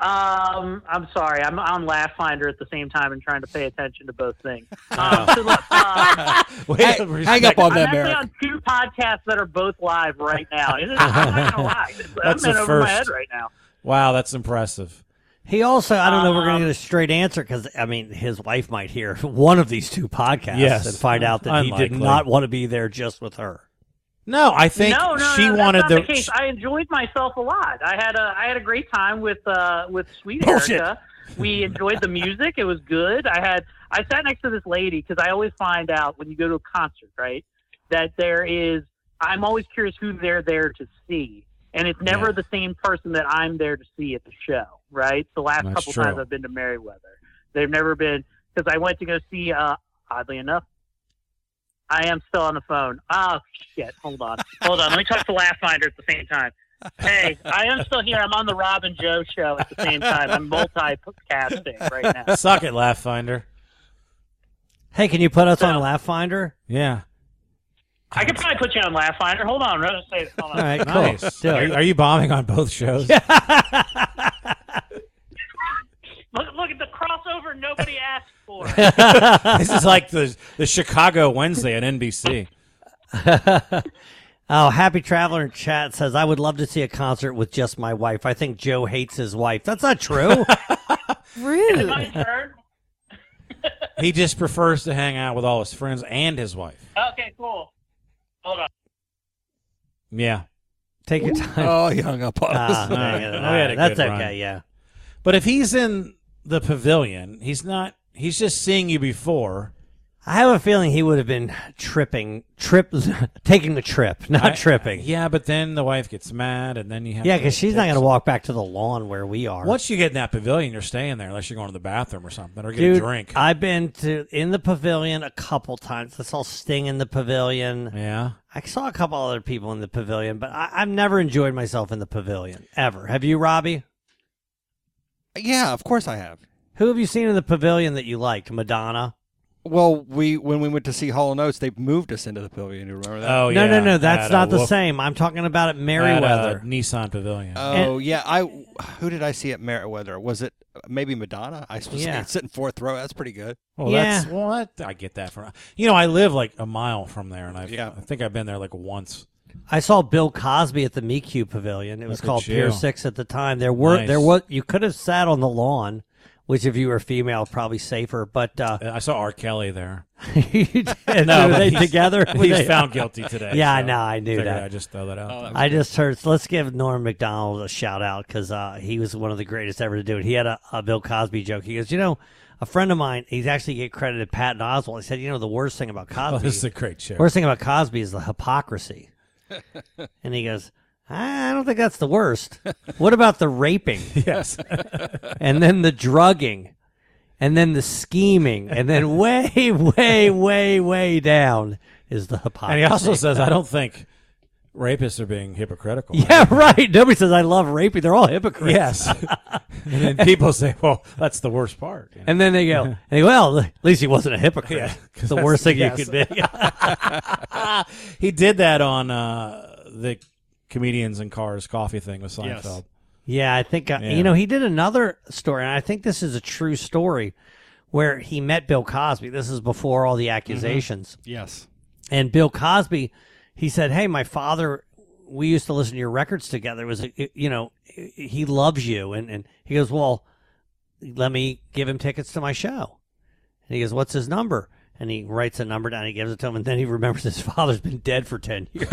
Um, I'm sorry. I'm on Laugh Finder at the same time and trying to pay attention to both things.
Oh.
Um, so look, uh,
Way to Hang- respect- hang up on
I'm
them,
actually
Eric.
on two podcasts that are both live right now. It is- I'm not gonna lie.
That's
I'm in
the
over my
first.
head right now.
Wow, that's impressive.
He also, I don't know, if we're
Um,
going to get a straight answer because I mean, his wife might hear one of these two podcasts
Yes.
and find out that he
Unlikely.
did not want to be there just with her.
No, I think
no, no,
she
no, that's
wanted
not
the.
the case. I enjoyed myself a lot. I had a I had a great time with uh with Sweet
Bullshit.
Erica. We enjoyed the music. It was good. I had I sat next to this lady because I always find out when you go to a concert, right, that there is. I'm always curious who they're there to see, and it's never the same person that I'm there to see at the show, right? The last
That's
couple
true.
times I've been to Merriweather, they've never been because I went to go see. Uh, oddly enough, I am still on the phone. Oh shit! Hold on, hold on. Let me talk to Laugh Finder at the same time. Hey, I am still here. I'm on the Rob and Joe show at the same time. I'm multicasting right now.
Suck it, Laugh Finder.
Hey, can you put us on Laugh Finder?
Yeah.
I could probably put you on Laugh Finder. Hold on, let us say this. Hold on.
All right, cool.
Nice.
Do
Are,
it.
you- are you bombing on both shows?
Look, look at the crossover nobody asked for.
this is like the the Chicago Wednesday on NBC.
Oh, happy traveler in chat says I would love to see a concert with just my wife. I think Joe hates his wife. That's not true.
Is it my turn?
He just prefers to hang out with all his friends and his wife.
Okay, cool. Hold on.
Yeah.
Take your time.
Oh, he hung up on us.
Ah, dang it.
We
All
had a
right, that's
good
okay.
run.
Yeah.
But if he's in the pavilion, he's not. He's just seeing you before.
I have a feeling he would have been tripping, trip, taking the trip, not
I-
tripping.
Yeah, but then the wife gets mad, and then you have.
Yeah,
to
because she's not
take
going to walk back to the lawn where we are.
Once you get in that pavilion, you're staying there unless you're going to the bathroom or something or get
Dude,
a drink.
I've been to in the pavilion a couple times. I saw Sting in the pavilion.
Yeah,
I saw a couple other people in the pavilion, but I, I've never enjoyed myself in the pavilion ever. Have you, Robbie?
Yeah, of course I have.
Who have you seen in the pavilion that you like? Madonna.
Well, we when we went to see Hall and Oates, they moved us into the pavilion. You remember that?
Oh,
no,
yeah,
no, no. That's
at a
not the
Wolf-
same. I'm talking about at
Merriweather
Merriweather.
uh, Nissan Pavilion.
Oh yeah, I who did I see at Merriweather? Was it maybe Madonna? I was
Yeah.
yeah. sitting fourth row. That's pretty good.
well, Oh, that's what I get that from. You know, I live like a mile from there, and I
Yeah.
I think I've been there like once.
I saw Bill Cosby at the MeQ Pavilion. It was
Look at
called Pier
you.
Six at the time. There were
Nice.
there was you could have sat on the lawn, which if you were female probably safer. But uh,
I saw R. Kelly there.
you did.
No,
were
but
they
he's-
together? Were
he's
they-
found guilty today,
Yeah, I
so
know. I knew
figured
that.
I'd just throw that out. Oh, that was
I just heard. So let's give Norm McDonald a shout out because uh, he was one of the greatest ever to do it. He had a, a Bill Cosby joke. He goes, you know. A friend of mine, he's actually get credited Patton Oswald. He said, "You know, the worst thing about Cosby.
Oh, this is a great joke.
Worst thing about Cosby is the hypocrisy." and he goes, "I don't think that's the worst. What about the raping?
Yes.
and then the drugging, and then the scheming, and then way, way, way, way down is the hypocrisy."
And he also says, I don't think rapists are being hypocritical.
Yeah, right. Nobody says I love raping. They're all hypocrites.
Yes. and then people say, well, that's the worst part. you know?
And then they go, and they go, well, at least he wasn't a hypocrite.
Yeah, 'cause
the
that's-
worst thing
yes.
you could be.
he did that on uh, the comedians and cars coffee thing with Seinfeld.
yeah, I think, uh,
Yeah.
you know, he did another story, and I think this is a true story where he met Bill Cosby. This is before all the accusations.
Yes.
And Bill Cosby, he said, "Hey, my father, we used to listen to your records together. It was you know, he loves you." And and he goes, "Well, let me give him tickets to my show." And he goes, "What's his number?" And he writes a number down. He gives it to him, and then he remembers his father's been dead for ten years.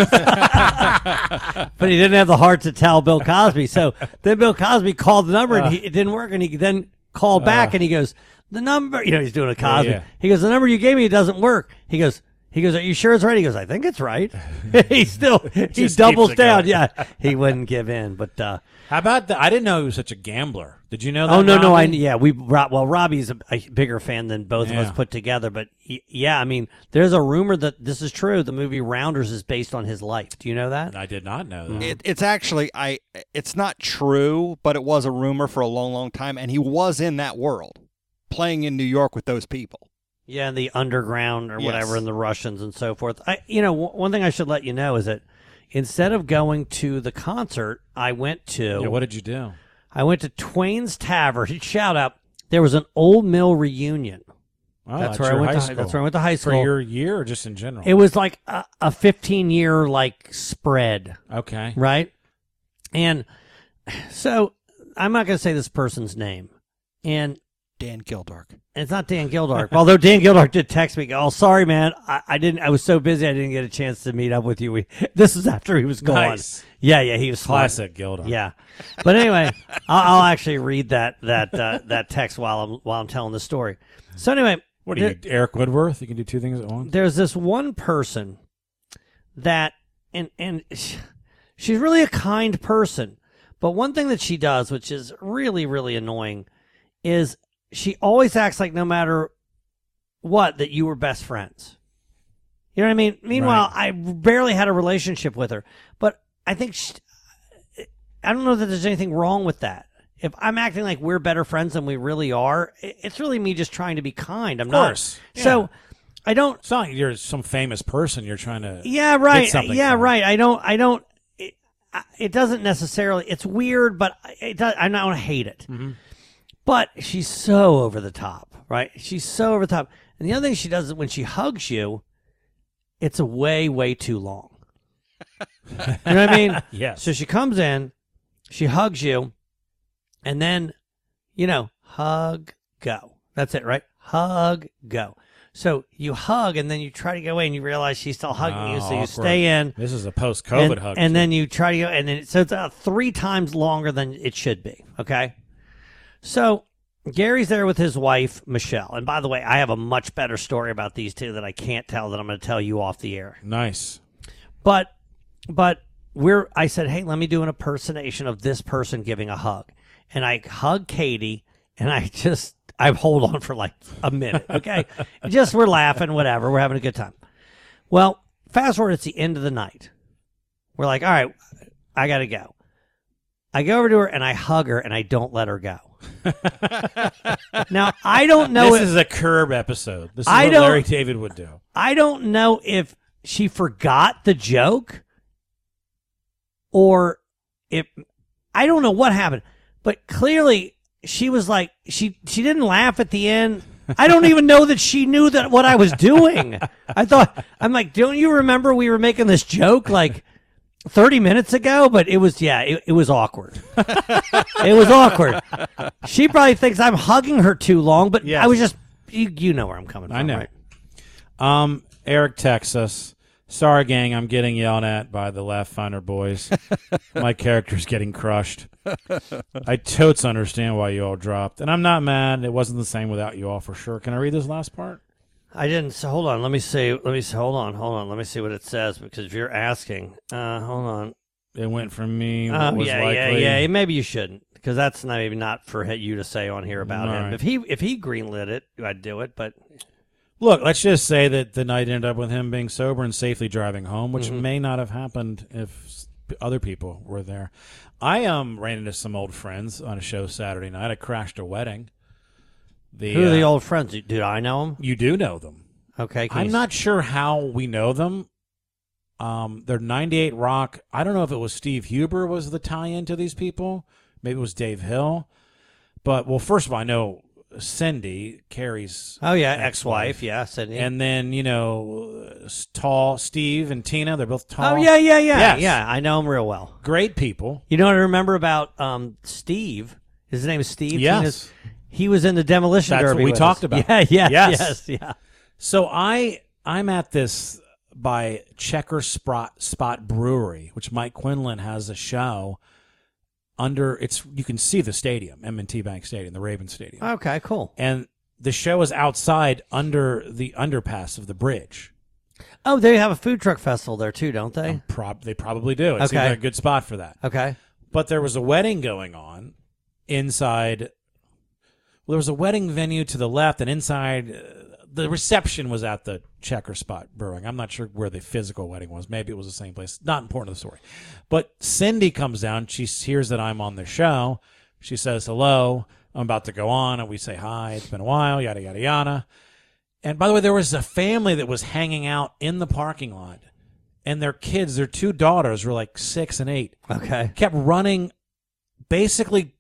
but he didn't have the heart to tell Bill Cosby. So then Bill Cosby called the number, and he, it didn't work. And he then called back, and he goes, "The number." You know, he's doing a Cosby.
yeah.
He goes, "The number you gave me doesn't work." He goes. He goes, Are you sure it's right? He goes, I think it's right. he still he
keeps
doubles
it
down.
going.
Yeah. He wouldn't give in. But uh
How about that? I didn't know he was such a gambler. Did you know that?
Oh no, no, I
Robbie?
yeah, we Rob, well, Robbie's a, a bigger fan than both of
Yeah.
us put together, but y- yeah, I mean, there's a rumor that this is true. The movie Rounders is based on his life. Do you know that?
I did not know that.
It, it's actually I. It's not true, but it was a rumor for a long, long time, and he was in that world, playing in New York with those people.
Yeah, and the underground or whatever,
Yes.
and the Russians and so forth. I, you know, w- one thing I should let you know is that instead of going to the concert, I went to.
Yeah, what did you do?
I went to Twain's Tavern. Shout out! There was an Old Mill reunion.
Oh,
that's
at
where I
your
went.
high
To,
school.
That's where I went to high
For
school.
your year or just in general?
It was like a, a 15 year like spread.
Okay.
Right. And so I'm not going to say this person's name. And
Dan Gildark.
It's not Dan Gildark. Although Dan Gildark did text me, oh, sorry, man. I, I didn't, I was so busy. I didn't get a chance to meet up with you. We, this was after he was gone.
Nice.
Yeah. Yeah. He was smart.
Classic Gildark.
Yeah. But anyway, I'll, I'll actually read that, that, uh, that text while I'm, while I'm telling the story. So anyway,
What are you, Eric Woodworth? You can do two things at once.
there's this one person that and and she's really a kind person but one thing that she does which is really really annoying is she always acts like no matter what that you were best friends you know what i mean meanwhile i barely had a relationship with her but i think she, i don't know that there's anything wrong with that if i'm acting like we're better friends than we really are i- it's really me just trying to be kind i'm
Of
not
course.
so I don't.
It's not like you're some famous person. You're trying to.
Yeah,
get
right.
something
Yeah,
from.
right. I don't. I don't. It, I- it doesn't necessarily. It's weird, but I- it does. I don't hate it.
Mm-hmm.
But she's so over the top, right? She's so over the top. And the other thing she does is when she hugs you, it's a way, way too long. you know what I mean?
Yes.
So she comes in, she hugs you, and then, you know, hug, go. That's it, right? Hug, go. So you hug, and then you try to go away, and you realize she's still hugging you, so
Oh,
you
awkward.
stay in.
This is a post-COVID
and,
hug.
And then you try to go, and then so it's uh, three times longer than it should be. Okay. So Gary's there with his wife, Michelle. And by the way, I have a much better story about these two that I can't tell that I'm going to tell you off the air.
Nice.
But, but we're, I said, hey, let me do an impersonation of this person giving a hug. And I hug Katie and I just, I hold on for like a minute. Okay. just we're laughing, whatever. We're having a good time. Well, fast forward, it's the end of the night. We're like, all right, I got to go. I go over to her and I hug her and I don't let her go. now, I don't know
This
if-
is a curb episode. This is
I
what
don't-
Larry David would do.
I don't know if she forgot the joke or if I don't know what happened, but clearly she was like she she didn't laugh at the end. I don't even know that she knew that what I was doing. I thought I'm like, don't you remember we were making this joke like 30 minutes ago? But it was yeah, it, it was awkward. it was awkward. She probably thinks I'm hugging her too long, but I was just you, you know where I'm coming from.
I know.
right?
Um, Eric Texas. Sorry, gang. I'm getting yelled at by the Laugh Finder boys. My character's getting crushed. I totes understand why you all dropped, and I'm not mad. It wasn't the same without you all for sure. Can I read this last part?
I didn't. So hold on. Let me see. Let me see. Hold on. Hold on. Let me see what it says because if you're asking, uh, hold on.
It went from me.
Oh
what was
yeah, yeah,
likely.
yeah. Maybe you shouldn't because that's not, maybe not for he- you to say on here about
All
him.
right.
If he if he greenlit it, I'd do it. But
Look, let's just say that the night ended up with him being sober and safely driving home, which
Mm-hmm.
may not have happened if s- other people were there. I um ran into some old friends on a show Saturday night. I crashed a wedding. The,
who are the
uh,
old friends? Do I know them?
You do know them.
Okay, can
I'm
you s-
not sure how we know them. Um, they're 98 Rock. I don't know if it was Steve Huber was the tie-in to these people. Maybe it was Dave Hill. But well, first of all, I know Cindy Carrie's.
Oh yeah, ex-wife. Yeah, Cindy.
And then you know, uh, s- tall Steve and Tina. They're both tall.
Oh yeah, yeah, yeah,
Yes.
yeah. I know him real well.
Great people.
You know what I remember about um, Steve? His name is Steve.
Yes.
Tina's- he was in the demolition
That's
derby.
what we
with
talked
us.
about.
Yeah, yeah,
yes,
yes, yeah.
So I I'm at this by Checker Spot Spot Brewery, which Mike Quinlan has a show under. It's you can see the stadium, M&T Bank Stadium, the Ravens Stadium.
Okay, cool.
and the show is outside under the underpass of the bridge.
Oh, they have a food truck festival there too, don't they?
Prob- they probably do. It seems
Okay.
like a good spot for that.
Okay.
But there was a wedding going on, inside. Well, there was a wedding venue to the left, and inside uh, the reception was at the Checker Spot Brewing. I'm not sure where the physical wedding was. Maybe it was the same place. Not important to the story. But Cindy comes down. She hears that I'm on the show. She says hello. I'm about to go on, and we say hi. It's been a while. Yada yada yada. And by the way, there was a family that was hanging out in the parking lot, and their kids, their two daughters, were like six and eight.
Okay.
Kept running, basically,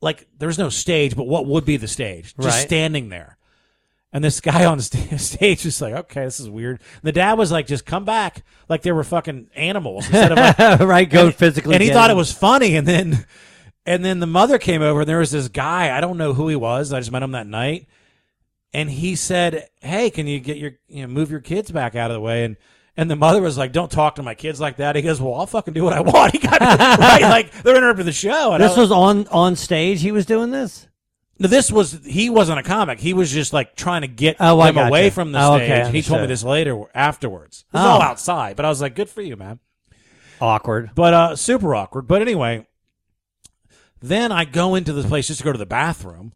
like there's no stage, but what would be the stage? Just
Right.
standing there. And this guy on st- stage was like, okay, this is weird. And the dad was like, just come back. Like they were fucking animals instead of like,
Right, go
and-
physically
And he
get
thought it
him.
was funny. And then, and then the mother came over and there was this guy. I don't know who he was. I just met him that night and he said, "Hey, can you get your you know move your kids back out of the way?" And and the mother was like, "Don't talk to my kids like that." He goes, "Well, I'll fucking do what I want." He got right, like they're interrupting the show. And I
This was on on stage. He was doing this.
no, this was he wasn't a comic. He was just like trying to get
Oh, I
them
gotcha.
away from the
Oh, okay,
stage. he told me
understood.
this later afterwards. It was
Oh.
all outside, but I was like, "Good for you, man."
Awkward.
But uh, super awkward. But anyway, then I go into this place just to go to the bathroom,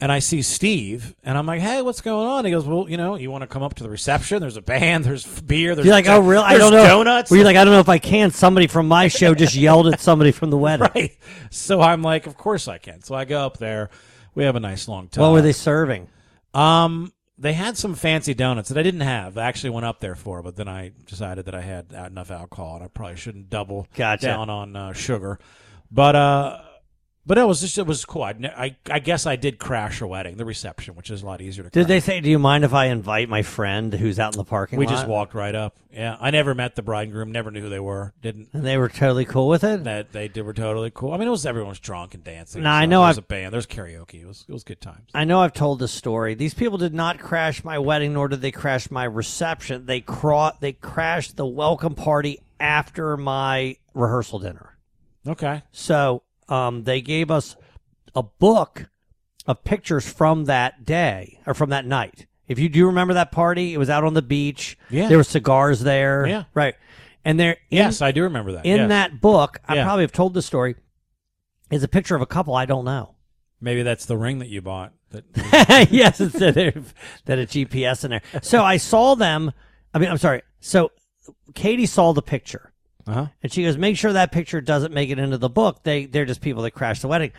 and I see Steve, and I'm like, "Hey, what's going on?" He goes, "Well, you know, you want to come up to the reception? There's a band. There's beer. There's
You're like, oh, really? I
there's
don't know.
Donuts.
Were you like, I don't know if I can. Somebody from my show just yelled at somebody from the wedding.
right? So I'm like, "Of course I can." So I go up there. We have a nice long time.
What were they serving?
Um, they had some fancy donuts that I didn't have. I actually went up there for, but then I decided that I had enough alcohol and I probably shouldn't double
Gotcha.
down on uh, sugar. But uh, but it was just it was cool. I, I I guess I did crash a wedding, the reception, which is a lot easier to.
Did
crash.
they say, "Do you mind if I invite my friend who's out in the parking
We
lot?"
just walked right up. Yeah, I never met the bride and groom. Never knew who they were. Didn't.
and they were totally cool with it.
That they did were totally cool. I mean, it was everyone was drunk and dancing.
Nah, I
and stuff.
know
There was a
I've-
band. There's karaoke. It was it was good times.
I know I've told this story. These people did not crash my wedding, nor did they crash my reception. They cra- they crashed the welcome party after my rehearsal dinner.
Okay.
So um, they gave us a book of pictures from that day or from that night. If you do remember that party, it was out on the beach.
Yeah.
There were cigars there.
Yeah.
Right. And there. in-
Yes, I do remember that.
In
Yes.
that book, I
Yeah.
probably have told this story, is a picture of a couple I don't know.
Maybe that's the ring that you bought. That
yes, it's that that a GPS in there. So I saw them. I mean, I'm sorry. So Katie saw the picture,
Uh-huh.
and she goes, "Make sure that picture doesn't make it into the book. They they're just people that crashed the wedding,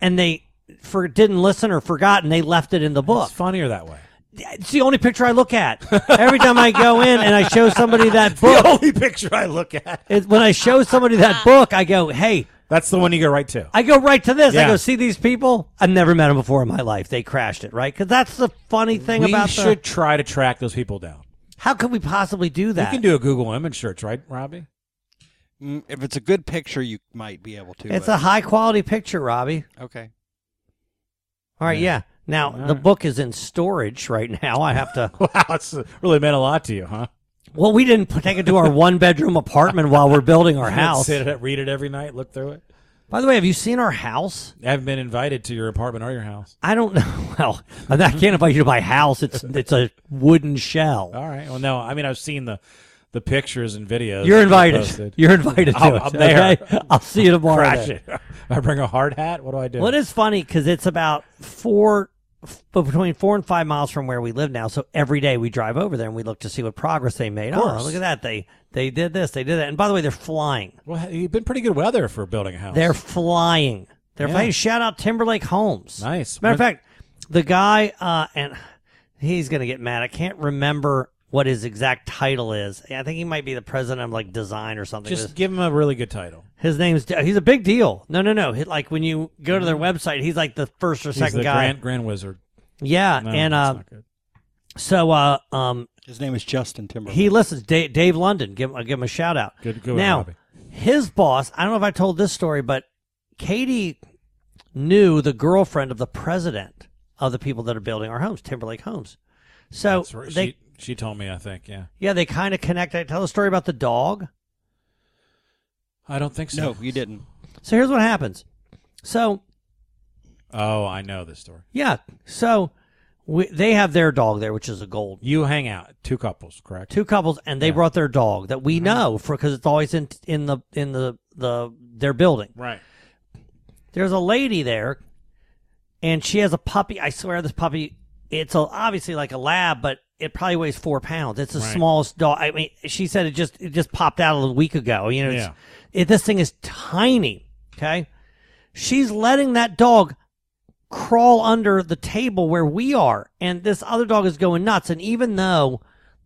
and they for didn't listen or forgot, and they left it in the book.
It's funnier that way.
It's the only picture I look at every time I go in and I show somebody that book.
only picture I look at.
It, when I show somebody that book, I go, "Hey."
That's the one you go right to.
I go right to this. I
Yeah.
go see these people. I've never met them before in my life. They crashed it, right? Because that's the funny thing
we
about the-
should try to track those people down.
How could we possibly do that?
You can do a Google image search, right, Robbie?
Mm, If it's a good picture, you might be able to.
It's
but-
a high quality picture, Robbie.
okay.
All right, yeah. Now the book is in storage right now. I have to.
Wow, it's really meant a lot to you, huh?
Well, we didn't put- take it to our one bedroom apartment while we're building our
You don't
house.
Sit at it, read it every night, look through it.
By the way, have you seen our house?
I haven't been invited to your apartment or your house.
I don't know. Well, I can't invite you to my house. It's it's a wooden shell.
All right. Well, no, I mean I've seen the the pictures and videos.
You're
that
invited.
you posted.
You're invited to
I'm,
it.
I'm there.
okay? I'll see you tomorrow.
Crash
then.
it. I bring a hard hat. What do I do?
Well, it is funny because it's about four, f- between four and five miles from where we live now. So every day we drive over there and we look to see what progress they made. Oh,
course.
look at that! They they did this, they did that. And by the way, they're flying.
Well, you've been pretty good weather for building a house.
They're flying. They're
Yeah.
flying. Shout out Timberlake Homes.
Nice.
Matter of
When-
fact, the guy uh, and he's gonna get mad. I can't remember what his exact title is. I think he might be the president of like design or something.
just give him a really good title.
His name's he's a big deal. No, no, no. He- Like when you go to their website, he's like the first or
Mm-hmm. He's
second
the
guy.
Grand Grand Wizard.
Yeah,
No,
and
that's
uh,
not good.
so uh, um,
His name is Justin Timberlake.
he listens. Dave, Dave London, give him, give him a shout out.
Good- good one,
now,
Robbie.
his boss. I don't know if I told this story, but Katie knew the girlfriend of the president of the people that are building our homes, Timberlake Homes. So
That's right.
they,
she, she told me, I think. Yeah,
yeah, they kind of connect. I tell the story about the dog.
I don't think so.
no, you didn't.
So here's what happens. So
Oh, I know this story.
yeah, so we, they have their dog there, which is a gold.
You hang out two couples, correct?
two couples and they brought their dog that
Mm-hmm.
we know for because it's always in in the in the the their building
Right.
There's a lady there, and she has a puppy. I swear this puppy, it's a, obviously like a lab, but it probably weighs four pounds. It's the
Right.
smallest dog. I mean, she said it just it just popped out a week ago. You know, it's, it, this thing is tiny. Okay, she's letting that dog crawl under the table where we are, and this other dog is going nuts. And even though,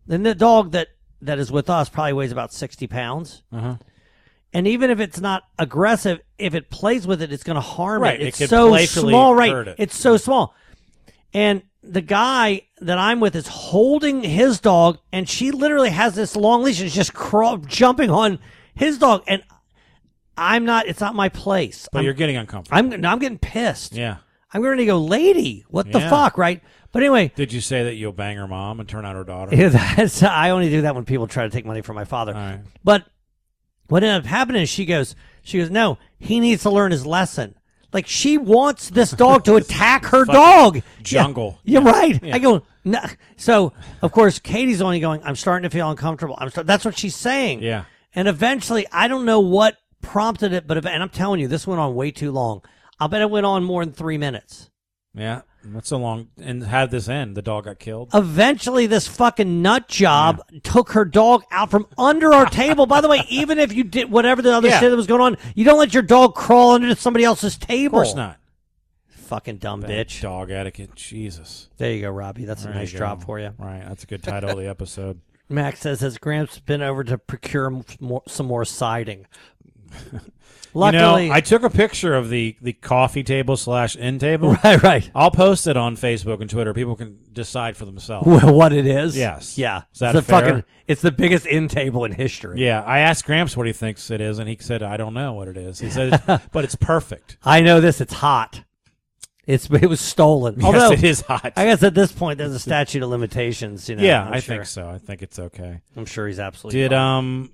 then the dog that that is with us probably weighs about sixty pounds.
Uh-huh.
And even if it's not aggressive, if it plays with it, it's going to harm
Right,
it.
it
It's
could
so
playfully
small, right?
hurt it.
It's so small. And the guy that I'm with is holding his dog, and she literally has this long leash and is just crawl, jumping on his dog. And I'm not. It's not my place.
But
I'm-
you're getting uncomfortable.
I'm no, I'm getting pissed.
Yeah.
I'm going to go, lady. What the
Yeah.
fuck, right? But anyway,
Did you say that you'll bang her mom and turn out her daughter?
yeah, that's I only do that when people try to take money from my father. But what ended up happening is she goes, she goes, no, he needs to learn his lesson. Like she wants this dog to attack her
Fucking
dog.
jungle.
Yeah, you're right.
Yeah.
I go. No. So of course Katie's only going. I'm starting to feel uncomfortable. I'm. Start, that's what she's saying.
Yeah.
And eventually, I don't know what prompted it, but ev- and I'm telling you, this went on way too long. I bet it went on more than three minutes.
Yeah, that's a long. And how did this end? The dog got killed.
Eventually, this fucking nut job took her dog out from under our table. By the way, even if you did whatever the other
Yeah.
shit that was going on, you don't let your dog crawl under somebody else's
Of
table.
course not.
Fucking dumb bitch.
Dog etiquette. Jesus.
There you go, Robbie. That's a
There
nice
you go.
drop for you.
Right. That's a good title of the episode.
Max says his Gramps been over to procure m- more, some more siding. Luckily,
you know, I took a picture of the the coffee table slash end table.
Right, right.
I'll post it on Facebook and Twitter. People can decide for themselves
Well, what it is.
Yes.
Yeah.
Is that
it's the
fair?
fucking. It's the biggest end table in history.
Yeah, I asked Gramps what he thinks it is, and he said, "I don't know what it is." He said, it's, "But it's perfect."
I know this. It's hot. It's it was stolen.
Yes,
Although
it is hot.
I guess at this point there's a statute of limitations. You know.
yeah,
I'm
I
sure.
think so. I think it's okay.
I'm sure he's absolutely.
Did
fine.
um,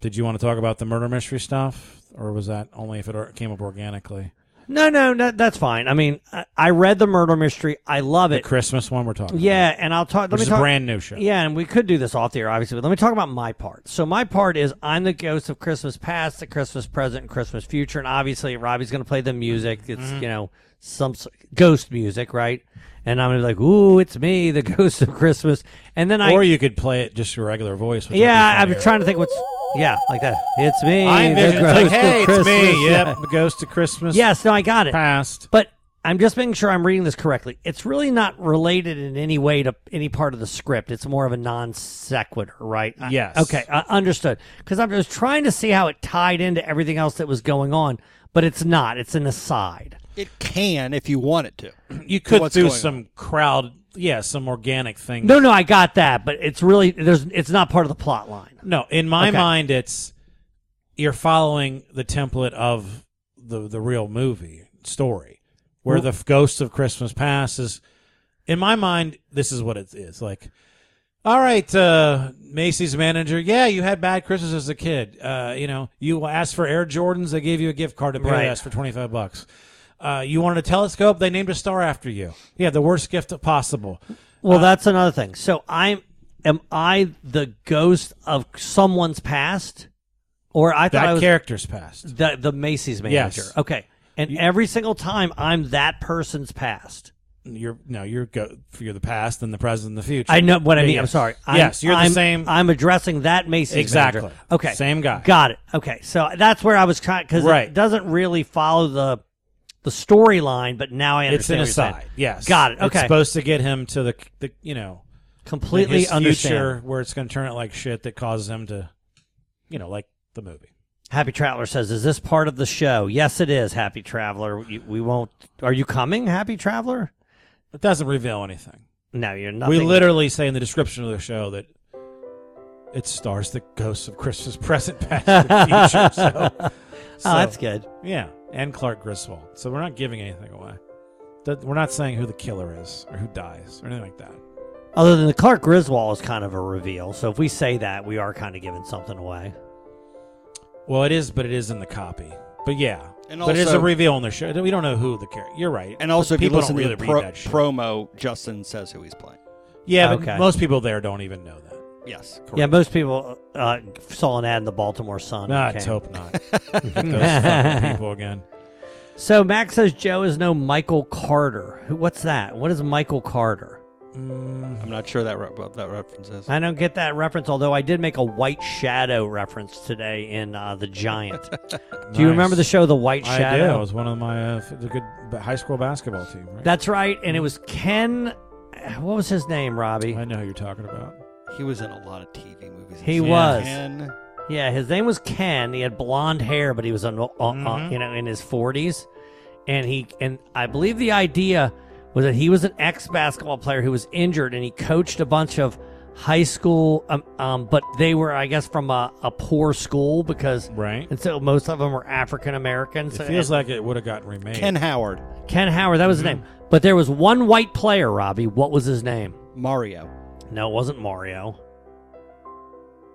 did you want to talk about the murder mystery stuff, or was that only if it or- came up organically?
no, no, no, that's fine. I mean, I, I read the murder mystery. I love it.
The Christmas one we're talking.
Yeah, and I'll talk. Let
Which
me
is a
talk,
brand new show.
Yeah, and we could do this off the air, obviously, but let me talk about my part. So my part is I'm the ghost of Christmas past, the Christmas present, and Christmas future, and obviously Robbie's going to play the music. It's
Mhm.
you know some s- ghost music, right? And I'm going to be like, "Ooh, it's me, the ghost of Christmas," and then I
or you could play it just your regular voice. Which
yeah,
would be
I'm
funnier.
trying to think what's yeah like that. It's me.
I
the
envision it's
ghost
like,
of
hey, it's
Christmas."
me.
Yeah.
Yep, the ghost of Christmas.
Yes, no, I got it.
Past.
But I'm just making sure I'm reading this correctly. It's really not related in any way to any part of the script. It's more of a non sequitur, right? I-
Yes.
okay, I understood. Because I was trying to see how it tied into everything else that was going on, but it's not. It's an aside.
It can if you want it to.
You could
What's
do
going on?
some crowd, yeah, some organic thing.
No, no, I got that, but it's really there's it's not part of the plot line.
No, in my
Okay.
mind, it's you're following the template of the the real movie story, where the ghost of Christmas Past is. In my mind, this is what it is like. All right, uh, Macy's manager. Yeah, you had bad Christmas as a kid. Uh, you know, you asked for Air Jordans. They gave you a gift card to
Right.
Paradise for twenty five bucks. Uh, you wanted a telescope. They named a star after you. Yeah, the worst gift possible. Uh,
Well, that's another thing. So I'm am I the ghost of someone's past? Or I thought
That
I was,
character's past.
The the Macy's manager.
Yes.
Okay. And every single time I'm that person's past.
You're no, you're go, you're the past and the present and the future.
I know what I
Yeah,
mean.
yes.
I'm sorry. I'm,
yes, you're
I'm-
the same.
I'm addressing that Macy's
Exactly.
manager. Okay.
Same guy.
Got it. Okay. So that's where I was trying because
Right.
it doesn't really follow the the storyline, but now I
It's an
understand. what you're
aside.
saying.
Yes.
Got it.
It's
Okay.
supposed to get him to the, the you know
Completely
his
understand.
future where it's going to turn it like shit that causes him to, you know, like the movie.
Happy Traveler says, "Is this part of the show?" Yes, it is. Happy Traveler, You- we won't. Are you coming, Happy Traveler?
It doesn't reveal anything.
No, you're not.
We literally say in the description of the show that it stars the ghosts of Christmas present, past, and future. So,
Oh, that's good.
Yeah, and Clark Griswold. So we're not giving anything away. That- We're not saying who the killer is or who dies or anything like that.
Other than the Clark Griswold is kind of a reveal. So if we say that, we are kind of giving something away.
Well, it is, but it is in the copy. But yeah,
And
but it is a
also-
reveal on the show. We don't know who the character. You're right.
And also, if you
people
listen
don't
to
really
the
read
pro-
that shit.
promo, Justin says who he's playing.
Yeah, but
Okay.
most people there don't even know that.
Yes.
Yeah, most people uh, saw an ad in the Baltimore Sun.
Nah,
and
let's
came.
hope not. Get those fucking people again.
So Max says Joe is no Michael Carter. Who- What's that? What is Michael Carter?
I'm not sure that re- what that reference is.
I don't get that reference, although I did make a White Shadow reference today in uh, The Giant. Do you
Nice.
remember the show The White Shadow?
I do. It was one of my uh, f- the good b- high school basketball team. Right?
That's right. And it was Ken. What was his name, Robbie?
I know who you're talking about.
He was in a lot of TV movies.
He
Yeah.
was.
Ken.
Yeah, his name was Ken. He had blonde hair, but he was on, uh, uh,
Mm-hmm.
Mhm.
you know, in his forties, and he and I believe the idea was that he was an ex basketball player who was injured, and he coached a bunch of high school, um, um but they were, I guess, from a, a poor school because
right,
and so most of them were African Americans.
It feels Mm-hmm. like it would have gotten remade.
Ken Howard. Ken Howard, that was his name. But there was one white player, Robbie. What was his name?
Mario.
No, it wasn't Mario.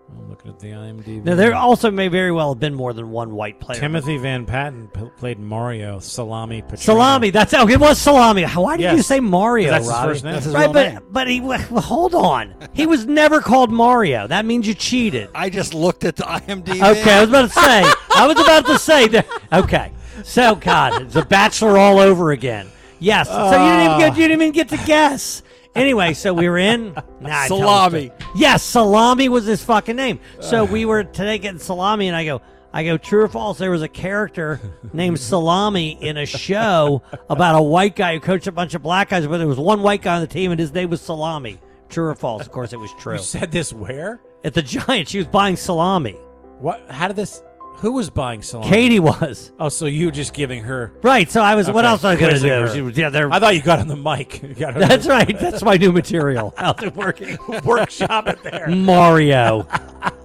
I'm looking at the IMDb.
Now there also may very well have been more than one white player.
Timothy Van Patten p- played Mario Salami. Petrino.
Salami. That's oh, it was salami. Why did
Yes.
you say Mario?
That's his
Robbie?
first name. That's his
right,
real
but
name.
but he well, hold on. He was never called Mario. That means you cheated.
I just looked at the IMDb.
Okay, I was about to say. I was about to say that. Okay, so God, it's a bachelor all over again. Yes. so you didn't even get you didn't even get to guess. Anyway, so we were in nah, I tell the
Salami.
story. Yes, salami was his fucking name. So we were today getting salami, and I go, I go, true or false? There was a character named Salami in a show about a white guy who coached a bunch of black guys, but there was one white guy on the team, and his name was Salami. True or false? Of course, it was true.
You said this where?
At the Giants, she was buying salami.
What? How did this? Who was buying salami?
Katie was.
Oh, so you were just giving her?
Right. So I was. What
Okay,
else was I going to
quizzing
do?
her.
She was- yeah, they're-
I thought you got on the mic. You got on the-
That's right. That's my new material. Out there working
workshop it there.
Mm. Mario.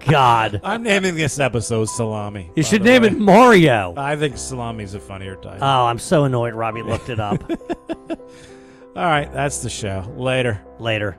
God.
I'm naming this episode Salami.
You
by
should
the
name
way.
it Mario.
I think Salami's a funnier title.
Oh, I'm so annoyed. Robbie looked it up.
All right, that's the show. Later.
Later.